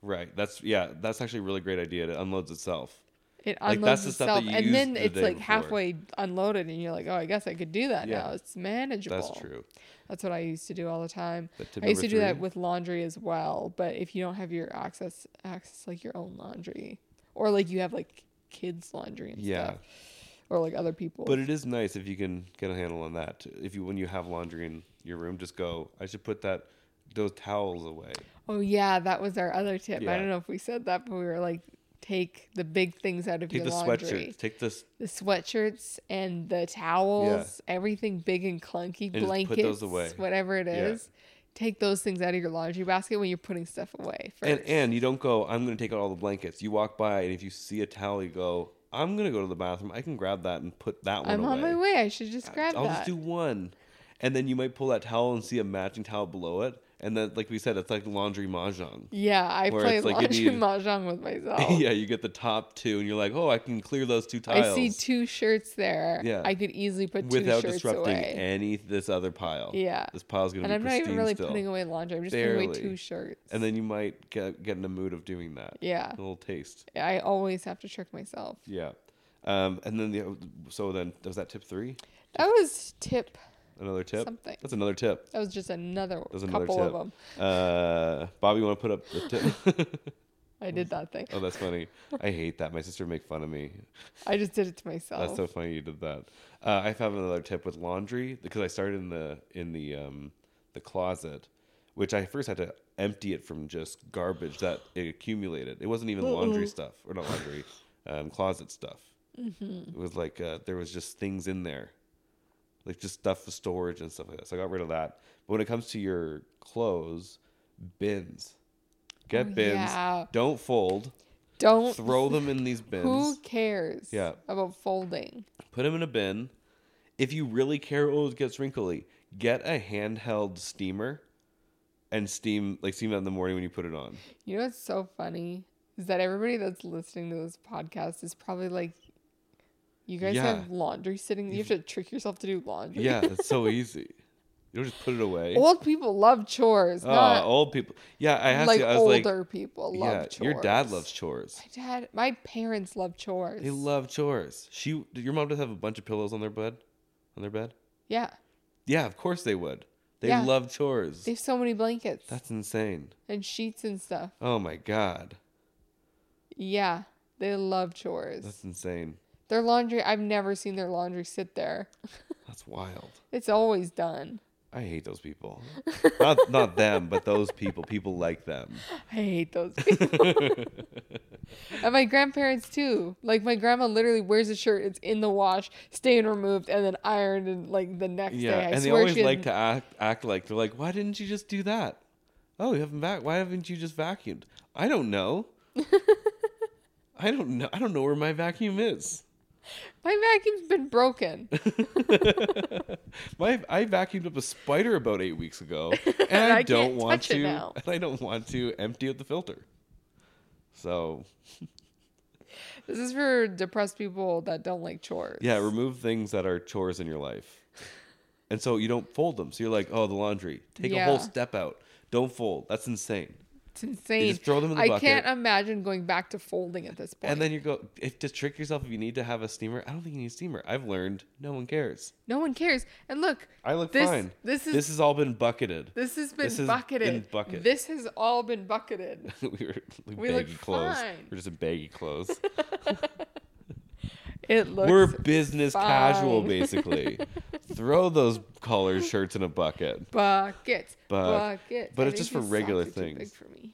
[SPEAKER 1] Right. That's yeah. That's actually a really great idea. It unloads itself.
[SPEAKER 2] It
[SPEAKER 1] Like,
[SPEAKER 2] unloads
[SPEAKER 1] that's the stuff that
[SPEAKER 2] itself,
[SPEAKER 1] you
[SPEAKER 2] and
[SPEAKER 1] used
[SPEAKER 2] then
[SPEAKER 1] the
[SPEAKER 2] it's
[SPEAKER 1] day
[SPEAKER 2] like
[SPEAKER 1] before.
[SPEAKER 2] halfway unloaded, and you're like, "Oh, I guess I could do that
[SPEAKER 1] Yeah.
[SPEAKER 2] now. It's manageable."
[SPEAKER 1] That's true.
[SPEAKER 2] That's what I used to do all the time.
[SPEAKER 1] That tip
[SPEAKER 2] I used to
[SPEAKER 1] number
[SPEAKER 2] do that
[SPEAKER 1] three?
[SPEAKER 2] with laundry as well, but if you don't have your access access like your own laundry, or like you have like kids' laundry and
[SPEAKER 1] Yeah.
[SPEAKER 2] stuff, or like other people.
[SPEAKER 1] But it is nice if you can get a handle on that. If you when you have laundry in your room, just go. I should put that those towels away.
[SPEAKER 2] oh yeah, that was our other tip.
[SPEAKER 1] Yeah.
[SPEAKER 2] I don't know if we said that, but we were like, take the big things out of
[SPEAKER 1] Take
[SPEAKER 2] your
[SPEAKER 1] the
[SPEAKER 2] laundry.
[SPEAKER 1] sweatshirt. Take this
[SPEAKER 2] The sweatshirts and the towels, everything big and clunky,
[SPEAKER 1] just put
[SPEAKER 2] blankets,
[SPEAKER 1] those away.
[SPEAKER 2] whatever it
[SPEAKER 1] Yeah.
[SPEAKER 2] is. Take those things out of your laundry basket when you're putting stuff away. First.
[SPEAKER 1] And and you don't go, I'm gonna take out all the blankets. You walk by and if you see a towel, you go, I'm gonna go to the bathroom. I can grab that and put that one
[SPEAKER 2] I'm
[SPEAKER 1] away.
[SPEAKER 2] on my way. I should just grab
[SPEAKER 1] I'll
[SPEAKER 2] that.
[SPEAKER 1] just do one. And then you might pull that towel and see a matching towel below it. And then like we said, it's like laundry mahjong.
[SPEAKER 2] Yeah, I
[SPEAKER 1] Where
[SPEAKER 2] play
[SPEAKER 1] it's like you
[SPEAKER 2] laundry
[SPEAKER 1] need-
[SPEAKER 2] mahjong with myself.
[SPEAKER 1] yeah, you get the top two and you're like, Oh, I can clear those two tiles
[SPEAKER 2] I see two shirts there.
[SPEAKER 1] Yeah.
[SPEAKER 2] I could easily put
[SPEAKER 1] without
[SPEAKER 2] two shirts
[SPEAKER 1] disrupting
[SPEAKER 2] away.
[SPEAKER 1] any this other pile.
[SPEAKER 2] Yeah.
[SPEAKER 1] This pile's gonna
[SPEAKER 2] and
[SPEAKER 1] be
[SPEAKER 2] I'm not
[SPEAKER 1] pristine
[SPEAKER 2] even really
[SPEAKER 1] still.
[SPEAKER 2] putting away laundry. I'm just
[SPEAKER 1] Barely.
[SPEAKER 2] putting away two shirts.
[SPEAKER 1] and then you might get get in a mood of doing that.
[SPEAKER 2] yeah,
[SPEAKER 1] A little taste.
[SPEAKER 2] I always have to trick myself.
[SPEAKER 1] Yeah. Um, and then the so then was that tip three?
[SPEAKER 2] That was tip.
[SPEAKER 1] Another tip.
[SPEAKER 2] Something.
[SPEAKER 1] That's another tip.
[SPEAKER 2] That was just another
[SPEAKER 1] That's another
[SPEAKER 2] couple
[SPEAKER 1] tip.
[SPEAKER 2] of them.
[SPEAKER 1] Uh, Bobby, you want to put up the tip?
[SPEAKER 2] I did that thing.
[SPEAKER 1] oh, that's funny. I hate that. My sister would make fun of me.
[SPEAKER 2] I just did it to myself.
[SPEAKER 1] That's so funny you did that. Uh, I have another tip with laundry because I started in the in the um, the closet, which I first had to empty it from just garbage that it accumulated. It wasn't even laundry stuff or not laundry, um, closet stuff.
[SPEAKER 2] Mm-hmm.
[SPEAKER 1] It was like uh, there was just things in there, like just stuff for storage and stuff like that. So I got rid of that. But when it comes to your clothes, bins. Get
[SPEAKER 2] Oh,
[SPEAKER 1] bins.
[SPEAKER 2] yeah.
[SPEAKER 1] Don't fold.
[SPEAKER 2] Don't.
[SPEAKER 1] Throw them in these bins
[SPEAKER 2] who cares
[SPEAKER 1] Yeah.
[SPEAKER 2] about folding?
[SPEAKER 1] put them in a bin. If you really care, oh, it gets wrinkly. Get a handheld steamer and steam like steam it in the morning when you put it on.
[SPEAKER 2] You know what's so funny is that everybody that's listening to this podcast is probably like, you guys
[SPEAKER 1] Yeah.
[SPEAKER 2] have laundry sitting. You have to trick yourself to do laundry.
[SPEAKER 1] Yeah, it's so easy. You don't just put it away.
[SPEAKER 2] old people love chores,
[SPEAKER 1] Oh,
[SPEAKER 2] not
[SPEAKER 1] old people. Yeah, I asked
[SPEAKER 2] like
[SPEAKER 1] you. I was
[SPEAKER 2] older people
[SPEAKER 1] like,
[SPEAKER 2] love
[SPEAKER 1] yeah,
[SPEAKER 2] chores.
[SPEAKER 1] your dad loves chores.
[SPEAKER 2] My dad, my parents love chores.
[SPEAKER 1] They love chores. She, did your mom just have a bunch of pillows on their bed, on their bed.
[SPEAKER 2] yeah,
[SPEAKER 1] Yeah, of course they would. They
[SPEAKER 2] Yeah.
[SPEAKER 1] love chores.
[SPEAKER 2] they have so many blankets
[SPEAKER 1] That's insane.
[SPEAKER 2] and sheets and stuff.
[SPEAKER 1] Oh my god,
[SPEAKER 2] Yeah, they love chores.
[SPEAKER 1] that's insane.
[SPEAKER 2] their laundry, I've never seen their laundry sit there.
[SPEAKER 1] That's wild.
[SPEAKER 2] It's always done.
[SPEAKER 1] I hate those people. not not them, but those people. People like them.
[SPEAKER 2] I hate those people. and my grandparents too. Like my grandma literally wears a shirt, it's in the wash, stain removed, and then ironed and like the next
[SPEAKER 1] Yeah,
[SPEAKER 2] day. I
[SPEAKER 1] and they
[SPEAKER 2] swear
[SPEAKER 1] always
[SPEAKER 2] she
[SPEAKER 1] like
[SPEAKER 2] has-
[SPEAKER 1] to act act like they're like, why didn't you just do that? Oh, you haven't vac. Why haven't you just vacuumed? I don't know. I don't know. I don't know where my vacuum is.
[SPEAKER 2] my vacuum's been broken.
[SPEAKER 1] My I vacuumed up a spider about eight weeks ago, and,
[SPEAKER 2] And
[SPEAKER 1] I,
[SPEAKER 2] I
[SPEAKER 1] don't
[SPEAKER 2] can't
[SPEAKER 1] want
[SPEAKER 2] touch
[SPEAKER 1] to.
[SPEAKER 2] it now.
[SPEAKER 1] And I don't want to empty out the filter. So
[SPEAKER 2] this is for depressed people that don't like chores.
[SPEAKER 1] yeah, remove things that are chores in your life. And so you don't fold them. So you're like, oh, the laundry. Take a
[SPEAKER 2] Yeah.
[SPEAKER 1] whole step out. Don't fold. That's insane.
[SPEAKER 2] It's insane.
[SPEAKER 1] just throw them in the
[SPEAKER 2] I
[SPEAKER 1] bucket.
[SPEAKER 2] can't imagine going back to folding at this point.
[SPEAKER 1] And then you go, if to trick yourself, if you need to have a steamer, I don't think you need a steamer. I've learned no one cares.
[SPEAKER 2] no one cares. And look,
[SPEAKER 1] I look
[SPEAKER 2] this,
[SPEAKER 1] fine.
[SPEAKER 2] This is
[SPEAKER 1] this has all been bucketed.
[SPEAKER 2] this has been
[SPEAKER 1] this has
[SPEAKER 2] bucketed.
[SPEAKER 1] been bucket.
[SPEAKER 2] This has all been bucketed.
[SPEAKER 1] we were like
[SPEAKER 2] We look
[SPEAKER 1] baggy clothes.
[SPEAKER 2] fine.
[SPEAKER 1] We're just in baggy clothes.
[SPEAKER 2] It looks
[SPEAKER 1] We're business casual,
[SPEAKER 2] fine.
[SPEAKER 1] basically. Throw those collar shirts in a bucket.
[SPEAKER 2] buckets,
[SPEAKER 1] Buck-
[SPEAKER 2] buckets.
[SPEAKER 1] but
[SPEAKER 2] I
[SPEAKER 1] it's
[SPEAKER 2] think
[SPEAKER 1] just for
[SPEAKER 2] his
[SPEAKER 1] regular
[SPEAKER 2] socks are too
[SPEAKER 1] things.
[SPEAKER 2] Big for me.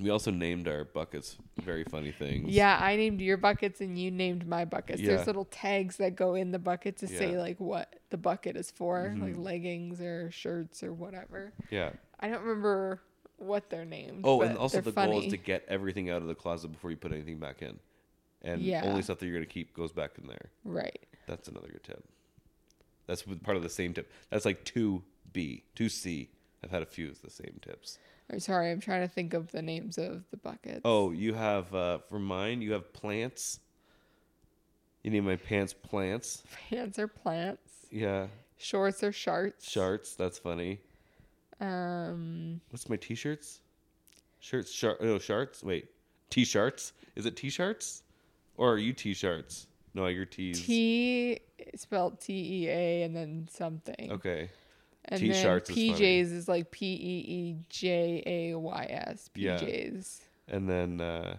[SPEAKER 1] We also named our buckets very funny things.
[SPEAKER 2] Yeah, I named your buckets and you named my buckets.
[SPEAKER 1] Yeah.
[SPEAKER 2] There's little tags that go in the bucket to say
[SPEAKER 1] Yeah. Mm-hmm.
[SPEAKER 2] like what the bucket is for, like leggings or shirts or whatever.
[SPEAKER 1] Yeah.
[SPEAKER 2] I don't remember what they're named.
[SPEAKER 1] Oh,
[SPEAKER 2] but
[SPEAKER 1] and also
[SPEAKER 2] they're
[SPEAKER 1] the
[SPEAKER 2] funny.
[SPEAKER 1] goal is to get everything out of the closet before you put anything back in. And
[SPEAKER 2] Yeah.
[SPEAKER 1] only stuff that you're going to keep goes back in there.
[SPEAKER 2] right.
[SPEAKER 1] That's another good tip. That's with- part of the same tip. That's like 2B, 2C. I've had a few of the same tips.
[SPEAKER 2] I'm sorry, I'm trying to think of the names of the buckets.
[SPEAKER 1] Oh, you have, uh, for mine, you have plants. You need my pants plants.
[SPEAKER 2] pants are plants.
[SPEAKER 1] Yeah.
[SPEAKER 2] Shorts are sharts.
[SPEAKER 1] Sharts. That's funny.
[SPEAKER 2] Um,
[SPEAKER 1] What's my t-shirts? Shirts, shar no sharts. Wait, t-shirts. Is it t-shirts, or are you t-shirts? No, you're tees.
[SPEAKER 2] T spelled T E A and then something.
[SPEAKER 1] okay,
[SPEAKER 2] And
[SPEAKER 1] T-shirts
[SPEAKER 2] then
[SPEAKER 1] is funny.
[SPEAKER 2] PJs is, like P E E J A Y S.
[SPEAKER 1] Yeah.
[SPEAKER 2] PJs.
[SPEAKER 1] and then uh,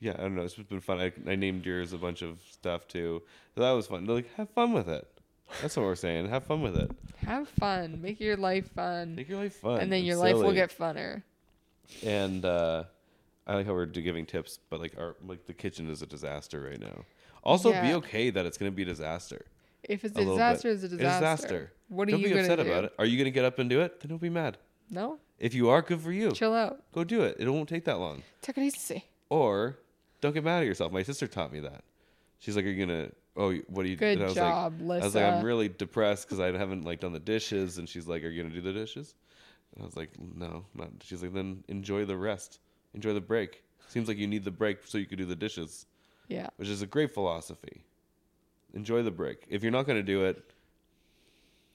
[SPEAKER 1] yeah, I don't know. It's been fun. I, I named yours a bunch of stuff too. So that was fun. Like, have fun with it. That's what we're saying. Have fun with it.
[SPEAKER 2] Have fun. Make your life fun.
[SPEAKER 1] Make your life fun.
[SPEAKER 2] And then your life will
[SPEAKER 1] silly.
[SPEAKER 2] get funner.
[SPEAKER 1] And uh, I like how we're do- giving tips, but like our like the kitchen is a disaster right now. Also, be
[SPEAKER 2] Yeah.
[SPEAKER 1] okay that it's gonna be a disaster.
[SPEAKER 2] If it's
[SPEAKER 1] a
[SPEAKER 2] a
[SPEAKER 1] little
[SPEAKER 2] disaster,
[SPEAKER 1] bit.
[SPEAKER 2] it's a
[SPEAKER 1] It's
[SPEAKER 2] disaster. What are
[SPEAKER 1] don't
[SPEAKER 2] you
[SPEAKER 1] be
[SPEAKER 2] going to
[SPEAKER 1] upset
[SPEAKER 2] do?
[SPEAKER 1] about it. Are you going to get up and do it? Then don't be mad.
[SPEAKER 2] No?
[SPEAKER 1] If you are, good for you.
[SPEAKER 2] Chill out.
[SPEAKER 1] Go do it. It won't take that long.
[SPEAKER 2] Take it easy.
[SPEAKER 1] Or don't get mad at yourself. My sister taught me that. She's like, "Are you gonna? Oh, you- what are you?"
[SPEAKER 2] Good
[SPEAKER 1] and I was
[SPEAKER 2] job,
[SPEAKER 1] like, I was like, "I'm
[SPEAKER 2] Lissa."
[SPEAKER 1] really depressed because I haven't like done the dishes." And she's like, "Are you gonna do the dishes?" And I was like, "No, not." She's like, "Then enjoy the rest. Enjoy the break. Seems like you need the break so you can do the dishes."
[SPEAKER 2] Yeah.
[SPEAKER 1] which is a great philosophy. Enjoy the break. If you're not going to do it,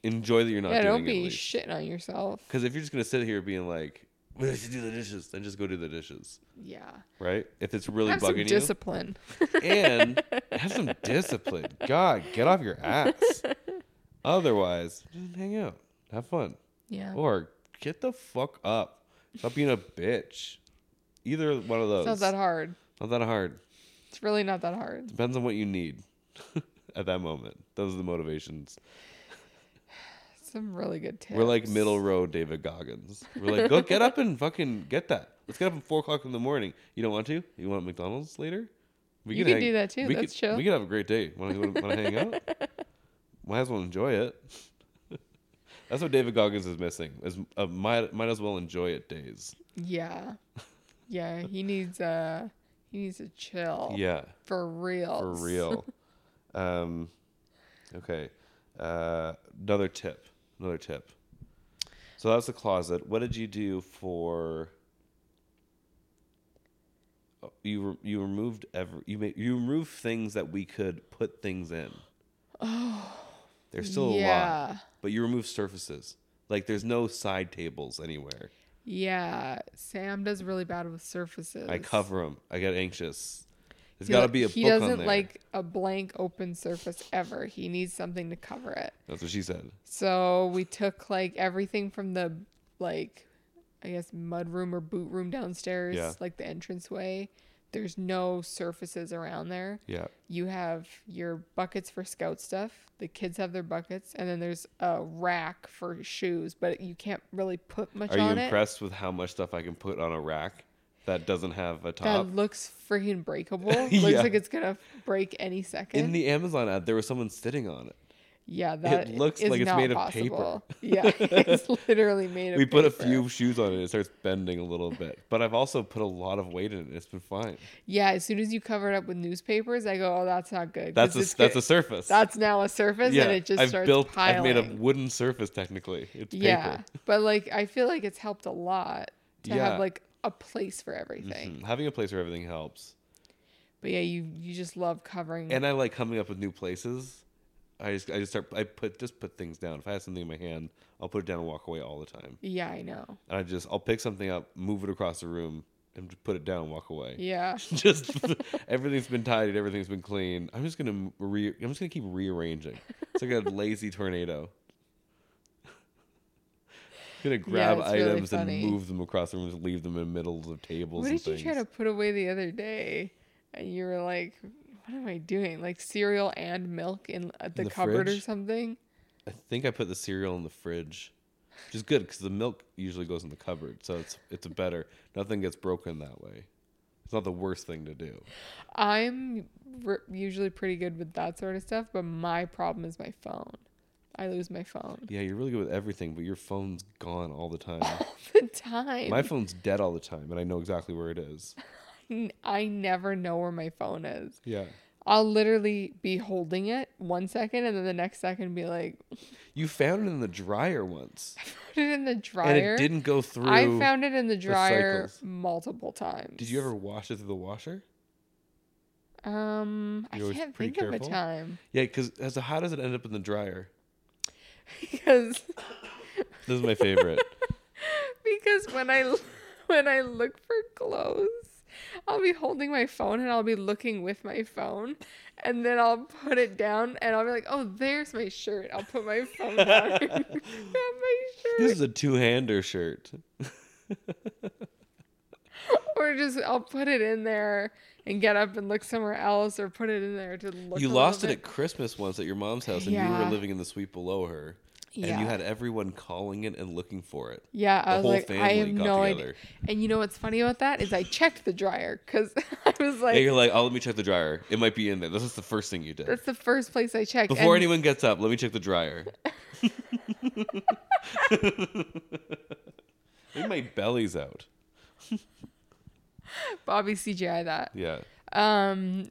[SPEAKER 1] enjoy that you're not
[SPEAKER 2] Yeah,
[SPEAKER 1] doing
[SPEAKER 2] don't
[SPEAKER 1] it.
[SPEAKER 2] be shitting on yourself.
[SPEAKER 1] Because if you're just going to sit here being like, "Well, I should do the dishes," then just go do the dishes,
[SPEAKER 2] Yeah.
[SPEAKER 1] right? If it's really
[SPEAKER 2] Have some
[SPEAKER 1] bugging
[SPEAKER 2] discipline.
[SPEAKER 1] you, and have some discipline. God, get off your ass. Otherwise, just hang out, have fun,
[SPEAKER 2] yeah.
[SPEAKER 1] or get the fuck up. Stop being a bitch. Either one of those.
[SPEAKER 2] It's not that hard.
[SPEAKER 1] Not that hard.
[SPEAKER 2] It's really not that hard.
[SPEAKER 1] Depends on what you need at that moment. Those are the motivations.
[SPEAKER 2] Some really good tips.
[SPEAKER 1] We're like middle row David Goggins. We're like, go get up and fucking get that. Let's get up at four o'clock in the morning. You don't want to? You want McDonald's later? We
[SPEAKER 2] You can do that too.
[SPEAKER 1] We
[SPEAKER 2] That's
[SPEAKER 1] could,
[SPEAKER 2] chill.
[SPEAKER 1] We could have a great day. Want to want to hang out? Might as well enjoy it. That's what David Goggins is missing. Is uh, might might as well enjoy it days.
[SPEAKER 2] Yeah. Yeah. He needs a. He needs a chill.
[SPEAKER 1] Yeah,
[SPEAKER 2] For real.
[SPEAKER 1] for real. um, okay. Uh, another tip. Another tip. So that's the closet. What did you do for? Oh, You re- you removed every you made you removed things that we could put things in. Oh, there's still a lot,
[SPEAKER 2] yeah.
[SPEAKER 1] but you remove surfaces. Like there's no side tables anywhere.
[SPEAKER 2] Yeah. Sam does really bad with surfaces.
[SPEAKER 1] I cover them. I get anxious. There's
[SPEAKER 2] He
[SPEAKER 1] got to
[SPEAKER 2] li-
[SPEAKER 1] be a
[SPEAKER 2] He
[SPEAKER 1] book
[SPEAKER 2] doesn't
[SPEAKER 1] on there.
[SPEAKER 2] like a blank open surface ever. He needs something to cover it.
[SPEAKER 1] That's what she said.
[SPEAKER 2] So we took like everything from the like I guess mud room or boot room downstairs,
[SPEAKER 1] Yeah.
[SPEAKER 2] like the entranceway. There's no surfaces around there.
[SPEAKER 1] Yeah.
[SPEAKER 2] You have your buckets for scout stuff. The kids have their buckets, and then there's a rack for shoes, but you can't really put much
[SPEAKER 1] Are you
[SPEAKER 2] on it.
[SPEAKER 1] impressed with how much stuff I can put on a rack that doesn't have a top?
[SPEAKER 2] That looks freaking breakable. Looks
[SPEAKER 1] Yeah.
[SPEAKER 2] like it's gonna break any second.
[SPEAKER 1] In the Amazon ad, there was someone sitting on it.
[SPEAKER 2] yeah, that
[SPEAKER 1] looks
[SPEAKER 2] is
[SPEAKER 1] like it's
[SPEAKER 2] not
[SPEAKER 1] made of paper.
[SPEAKER 2] possible. Yeah, it's literally made of.
[SPEAKER 1] We put a
[SPEAKER 2] paper.
[SPEAKER 1] few shoes on it, it starts bending a little bit. But I've also put a lot of weight in it. It's been fine.
[SPEAKER 2] Yeah, as soon as you cover it up with newspapers, I go, "Oh, that's not good." 'cause
[SPEAKER 1] That's a,
[SPEAKER 2] it's
[SPEAKER 1] that's
[SPEAKER 2] go-
[SPEAKER 1] a surface.
[SPEAKER 2] that's now a surface,
[SPEAKER 1] yeah,
[SPEAKER 2] and it just
[SPEAKER 1] I've
[SPEAKER 2] starts
[SPEAKER 1] built.
[SPEAKER 2] piling.
[SPEAKER 1] I've made a wooden surface technically. It's
[SPEAKER 2] yeah,
[SPEAKER 1] paper.
[SPEAKER 2] but like I feel like it's helped a lot to
[SPEAKER 1] Yeah.
[SPEAKER 2] have like a place for everything.
[SPEAKER 1] Mm, Having a place where everything helps,
[SPEAKER 2] But yeah, you you just love covering.
[SPEAKER 1] and I like coming up with new places. I just I just start I put just put things down. If I have something in my hand, I'll put it down and walk away all the time.
[SPEAKER 2] Yeah, I know.
[SPEAKER 1] And I just I'll pick something up, move it across the room, and just put it down and walk away.
[SPEAKER 2] Yeah.
[SPEAKER 1] just everything's been tidied, everything's been clean. I'm just gonna re I'm just gonna keep rearranging. It's like a lazy tornado. gonna grab
[SPEAKER 2] it's really
[SPEAKER 1] items
[SPEAKER 2] funny.
[SPEAKER 1] and move them across the room, just leave them in the middles of tables
[SPEAKER 2] What
[SPEAKER 1] and
[SPEAKER 2] did you
[SPEAKER 1] things.
[SPEAKER 2] try to put away the other day? And you were like, "What am I doing? Like cereal and milk in uh, the,
[SPEAKER 1] the
[SPEAKER 2] cupboard or
[SPEAKER 1] fridge?
[SPEAKER 2] something?"
[SPEAKER 1] I think I put the cereal in the fridge, which is good because the milk usually goes in the cupboard, so it's it's a better. Nothing gets broken that way. It's not the worst thing to do.
[SPEAKER 2] I'm r- usually pretty good with that sort of stuff, but my problem is my phone. I lose my phone
[SPEAKER 1] Yeah, you're really good with everything, but your phone's gone all the time.
[SPEAKER 2] all the time.
[SPEAKER 1] My phone's dead all the time, and I know exactly where it is.
[SPEAKER 2] N- I never know where my phone is.
[SPEAKER 1] Yeah,
[SPEAKER 2] I'll literally be holding it one second and then the next second be like,
[SPEAKER 1] you found it in the dryer once,
[SPEAKER 2] put it in the dryer.
[SPEAKER 1] and it didn't go through.
[SPEAKER 2] I found it in the dryer
[SPEAKER 1] cycles.
[SPEAKER 2] multiple times.
[SPEAKER 1] Did you ever wash it through the washer?
[SPEAKER 2] Um, I
[SPEAKER 1] You're always
[SPEAKER 2] can't
[SPEAKER 1] pretty
[SPEAKER 2] think of a
[SPEAKER 1] careful?
[SPEAKER 2] time
[SPEAKER 1] Yeah, because so how does it end up in the dryer?
[SPEAKER 2] because
[SPEAKER 1] This is my favorite.
[SPEAKER 2] because when I when I look for clothes, I'll be holding my phone and I'll be looking with my phone, and then I'll put it down and I'll be like, oh, there's my shirt. I'll put my phone down. and grab my
[SPEAKER 1] this
[SPEAKER 2] shirt,
[SPEAKER 1] is a two-hander shirt.
[SPEAKER 2] or just I'll put it in there and get up and look somewhere else, or put it in there to look.
[SPEAKER 1] You
[SPEAKER 2] a
[SPEAKER 1] lost it
[SPEAKER 2] little
[SPEAKER 1] at Christmas once at your mom's house, and you
[SPEAKER 2] Yeah.
[SPEAKER 1] were living in the suite below her,
[SPEAKER 2] bit.
[SPEAKER 1] and you had everyone calling it and looking for it.
[SPEAKER 2] Yeah,
[SPEAKER 1] The
[SPEAKER 2] I was
[SPEAKER 1] whole
[SPEAKER 2] like, I
[SPEAKER 1] family
[SPEAKER 2] have
[SPEAKER 1] got
[SPEAKER 2] no idea.
[SPEAKER 1] together.
[SPEAKER 2] And you know what's funny about that is I checked the dryer because I was like,
[SPEAKER 1] And you're like, "Oh, let me check the dryer. It might be in there." This is the first thing you did
[SPEAKER 2] that's the first place I checked.
[SPEAKER 1] before
[SPEAKER 2] and
[SPEAKER 1] anyone gets up. Let me check the dryer. Maybe my belly's out.
[SPEAKER 2] Bobby CGI that.
[SPEAKER 1] Yeah,
[SPEAKER 2] Um,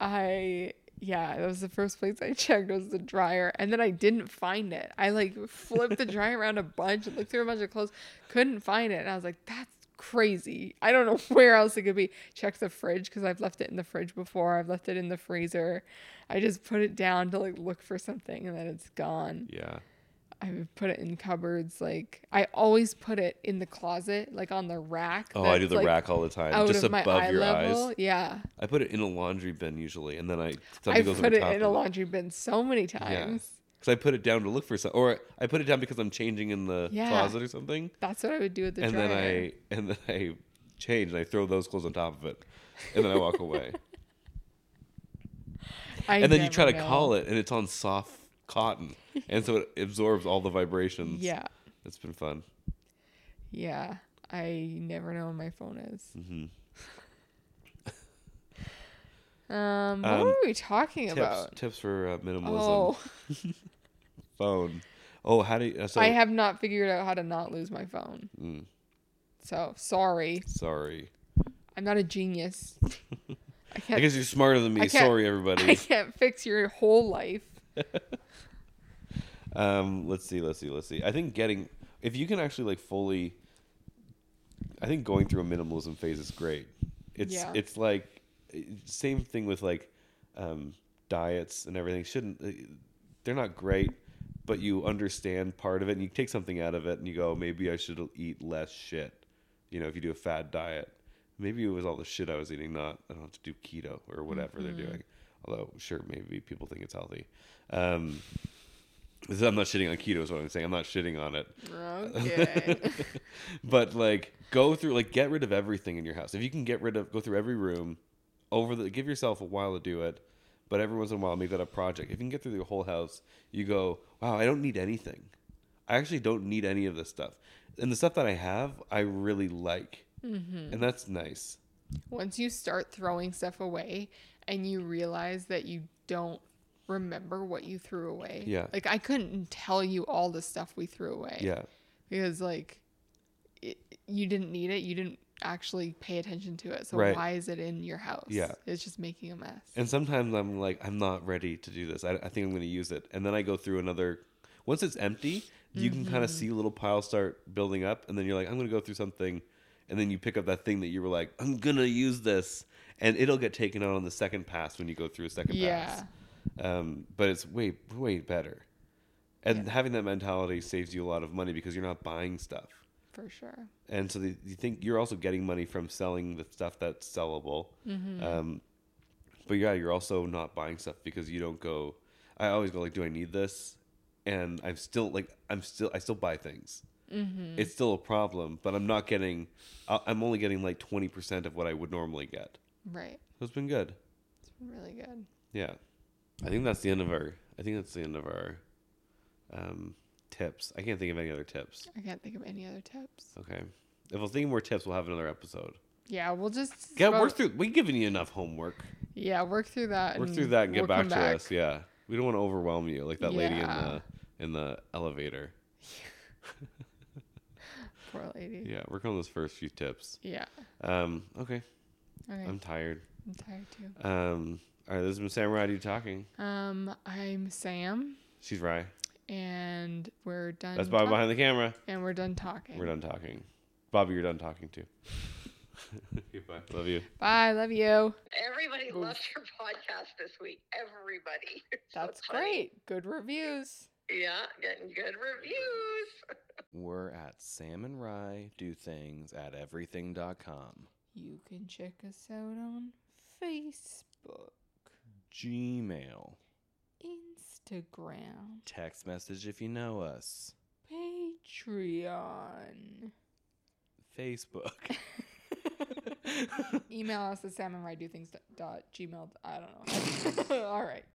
[SPEAKER 2] I yeah, that was the first place I checked was the dryer, and then I didn't find it. I like flipped the dryer around a bunch, looked through a bunch of clothes, couldn't find it, and I was like, that's crazy. I don't know where else it could be. Checked the fridge because I've left it in the fridge before. I've left it in the freezer. I just put it down to like look for something, and then it's gone.
[SPEAKER 1] yeah.
[SPEAKER 2] I would put it in cupboards. Like I always put it in the closet, like on the rack.
[SPEAKER 1] Oh, I do
[SPEAKER 2] that's,
[SPEAKER 1] the
[SPEAKER 2] like,
[SPEAKER 1] rack all the time,
[SPEAKER 2] out
[SPEAKER 1] just
[SPEAKER 2] of my eye
[SPEAKER 1] above your
[SPEAKER 2] level.
[SPEAKER 1] eyes.
[SPEAKER 2] Yeah.
[SPEAKER 1] I put it in a laundry bin usually, and then I something
[SPEAKER 2] I've
[SPEAKER 1] goes
[SPEAKER 2] put
[SPEAKER 1] over
[SPEAKER 2] it
[SPEAKER 1] top
[SPEAKER 2] in a
[SPEAKER 1] of
[SPEAKER 2] laundry bin so many times.
[SPEAKER 1] Because I put it down to look for something, or I put it down because I'm changing in the
[SPEAKER 2] Yeah.
[SPEAKER 1] closet or something.
[SPEAKER 2] That's what I would do with the
[SPEAKER 1] and
[SPEAKER 2] dryer.
[SPEAKER 1] then I and then I change and I throw those clothes on top of it, and then I walk away.
[SPEAKER 2] I
[SPEAKER 1] and then you try to
[SPEAKER 2] never know.
[SPEAKER 1] call it, and it's on soft cotton, and so it absorbs all the vibrations.
[SPEAKER 2] Yeah,
[SPEAKER 1] it's been fun.
[SPEAKER 2] yeah. I never know when my phone is.
[SPEAKER 1] Mm-hmm.
[SPEAKER 2] um, what
[SPEAKER 1] Um,
[SPEAKER 2] were we talking
[SPEAKER 1] Tips
[SPEAKER 2] about?
[SPEAKER 1] tips for uh, minimalism
[SPEAKER 2] Oh,
[SPEAKER 1] phone. Oh, how do you? Uh, so
[SPEAKER 2] I have not figured out how to not lose my phone.
[SPEAKER 1] Mm.
[SPEAKER 2] So sorry,
[SPEAKER 1] sorry.
[SPEAKER 2] I'm not a genius. I
[SPEAKER 1] I
[SPEAKER 2] can't.
[SPEAKER 1] guess you're smarter than
[SPEAKER 2] I
[SPEAKER 1] me.
[SPEAKER 2] can't-
[SPEAKER 1] Sorry,
[SPEAKER 2] I
[SPEAKER 1] everybody.
[SPEAKER 2] can't fix your whole life.
[SPEAKER 1] Um, let's see, let's see, let's see. I think getting if you can actually like fully, I think going through a minimalism phase is great. It's
[SPEAKER 2] Yeah.
[SPEAKER 1] it's like same thing with like um, diets and everything. Shouldn't uh, they're not great, but you understand part of it and you take something out of it and you go maybe I should eat less shit. You know, if you do a fad diet, maybe it was all the shit I was eating. Not I don't have to do keto or whatever they're doing. Although sure, maybe people think it's healthy. Um, this- I'm not shitting on keto is what I'm saying. I'm not shitting on it.
[SPEAKER 2] Okay.
[SPEAKER 1] But like go through like get rid of everything in your house. If you can get rid of go through every room over the give yourself a while to do it, but every once in a while make that a project. If you can get through the whole house, you go, "Wow, I don't need anything. I actually don't need any of this stuff." And the stuff that I have, I really like. And that's nice.
[SPEAKER 2] once you start throwing stuff away and you realize that you don't remember what you threw away.
[SPEAKER 1] Yeah.
[SPEAKER 2] Like I couldn't tell you all the stuff we threw away.
[SPEAKER 1] Yeah.
[SPEAKER 2] Because like it, you didn't need it. You didn't actually pay attention to it. So
[SPEAKER 1] Right.
[SPEAKER 2] why is it in your house?
[SPEAKER 1] Yeah.
[SPEAKER 2] It's just making a mess.
[SPEAKER 1] And sometimes I'm like, I'm not ready to do this. I, I think I'm going to use it. And then I go through another. Once it's empty, you can kind of see little piles start building up. And then you're like, I'm going to go through something. And then you pick up that thing that you were like, I'm going to use this. And it'll get taken out on the second pass when you go through a second
[SPEAKER 2] yeah.
[SPEAKER 1] pass. um, but it's way way better. And having that mentality saves you a lot of money because you're not buying stuff.
[SPEAKER 2] for sure.
[SPEAKER 1] And so the, you think you're also getting money from selling the stuff that's sellable. Um, but yeah, you're also not buying stuff because you don't go. I always go like, do I need this? And I'm still like, I'm still, I still buy things.
[SPEAKER 2] Mm-hmm.
[SPEAKER 1] It's still a problem, but I'm not getting. I- I'm only getting like twenty percent of what I would normally get.
[SPEAKER 2] Right.
[SPEAKER 1] So it's been good.
[SPEAKER 2] It's really good.
[SPEAKER 1] Yeah, I think that's the end of our. I think that's the end of our um, tips. I can't think of any other tips.
[SPEAKER 2] I can't think of any other tips.
[SPEAKER 1] Okay, if we'll think of more tips, we'll have another episode.
[SPEAKER 2] Yeah, we'll just
[SPEAKER 1] Yeah,
[SPEAKER 2] well,
[SPEAKER 1] work through. We've given you enough homework.
[SPEAKER 2] Yeah, work through that.
[SPEAKER 1] Work through that and get
[SPEAKER 2] we'll
[SPEAKER 1] back to
[SPEAKER 2] come
[SPEAKER 1] us. Yeah, we don't want to overwhelm you like that lady in
[SPEAKER 2] Yeah.
[SPEAKER 1] the in the elevator.
[SPEAKER 2] Poor lady.
[SPEAKER 1] Yeah, work on those first few tips.
[SPEAKER 2] Yeah.
[SPEAKER 1] Um, okay,
[SPEAKER 2] All right.
[SPEAKER 1] I'm
[SPEAKER 2] I'm,
[SPEAKER 1] tired.
[SPEAKER 2] tired too.
[SPEAKER 1] Um, all right, this has been Sam Radu talking.
[SPEAKER 2] Um, I'm Sam,
[SPEAKER 1] She's Rye.
[SPEAKER 2] and we're done.
[SPEAKER 1] That's Bob
[SPEAKER 2] talk-
[SPEAKER 1] behind the camera.
[SPEAKER 2] And we're done talking.
[SPEAKER 1] We're done talking. Bobby, you're done talking too. Goodbye. Love you.
[SPEAKER 2] Bye. Love you.
[SPEAKER 3] Everybody
[SPEAKER 2] Oof.
[SPEAKER 3] loved your podcast this week. Everybody. It's so
[SPEAKER 2] That's
[SPEAKER 3] funny.
[SPEAKER 2] great. Good reviews.
[SPEAKER 3] Yeah, getting good reviews.
[SPEAKER 4] We're at Sam and Rye do things at everything.com.
[SPEAKER 2] You can check us out on Facebook,
[SPEAKER 4] Gmail.
[SPEAKER 2] Instagram,
[SPEAKER 4] Text message if you know us.
[SPEAKER 2] Patreon.
[SPEAKER 4] Facebook.
[SPEAKER 2] Email us at salmonridedothings.gmail. I don't know. All right.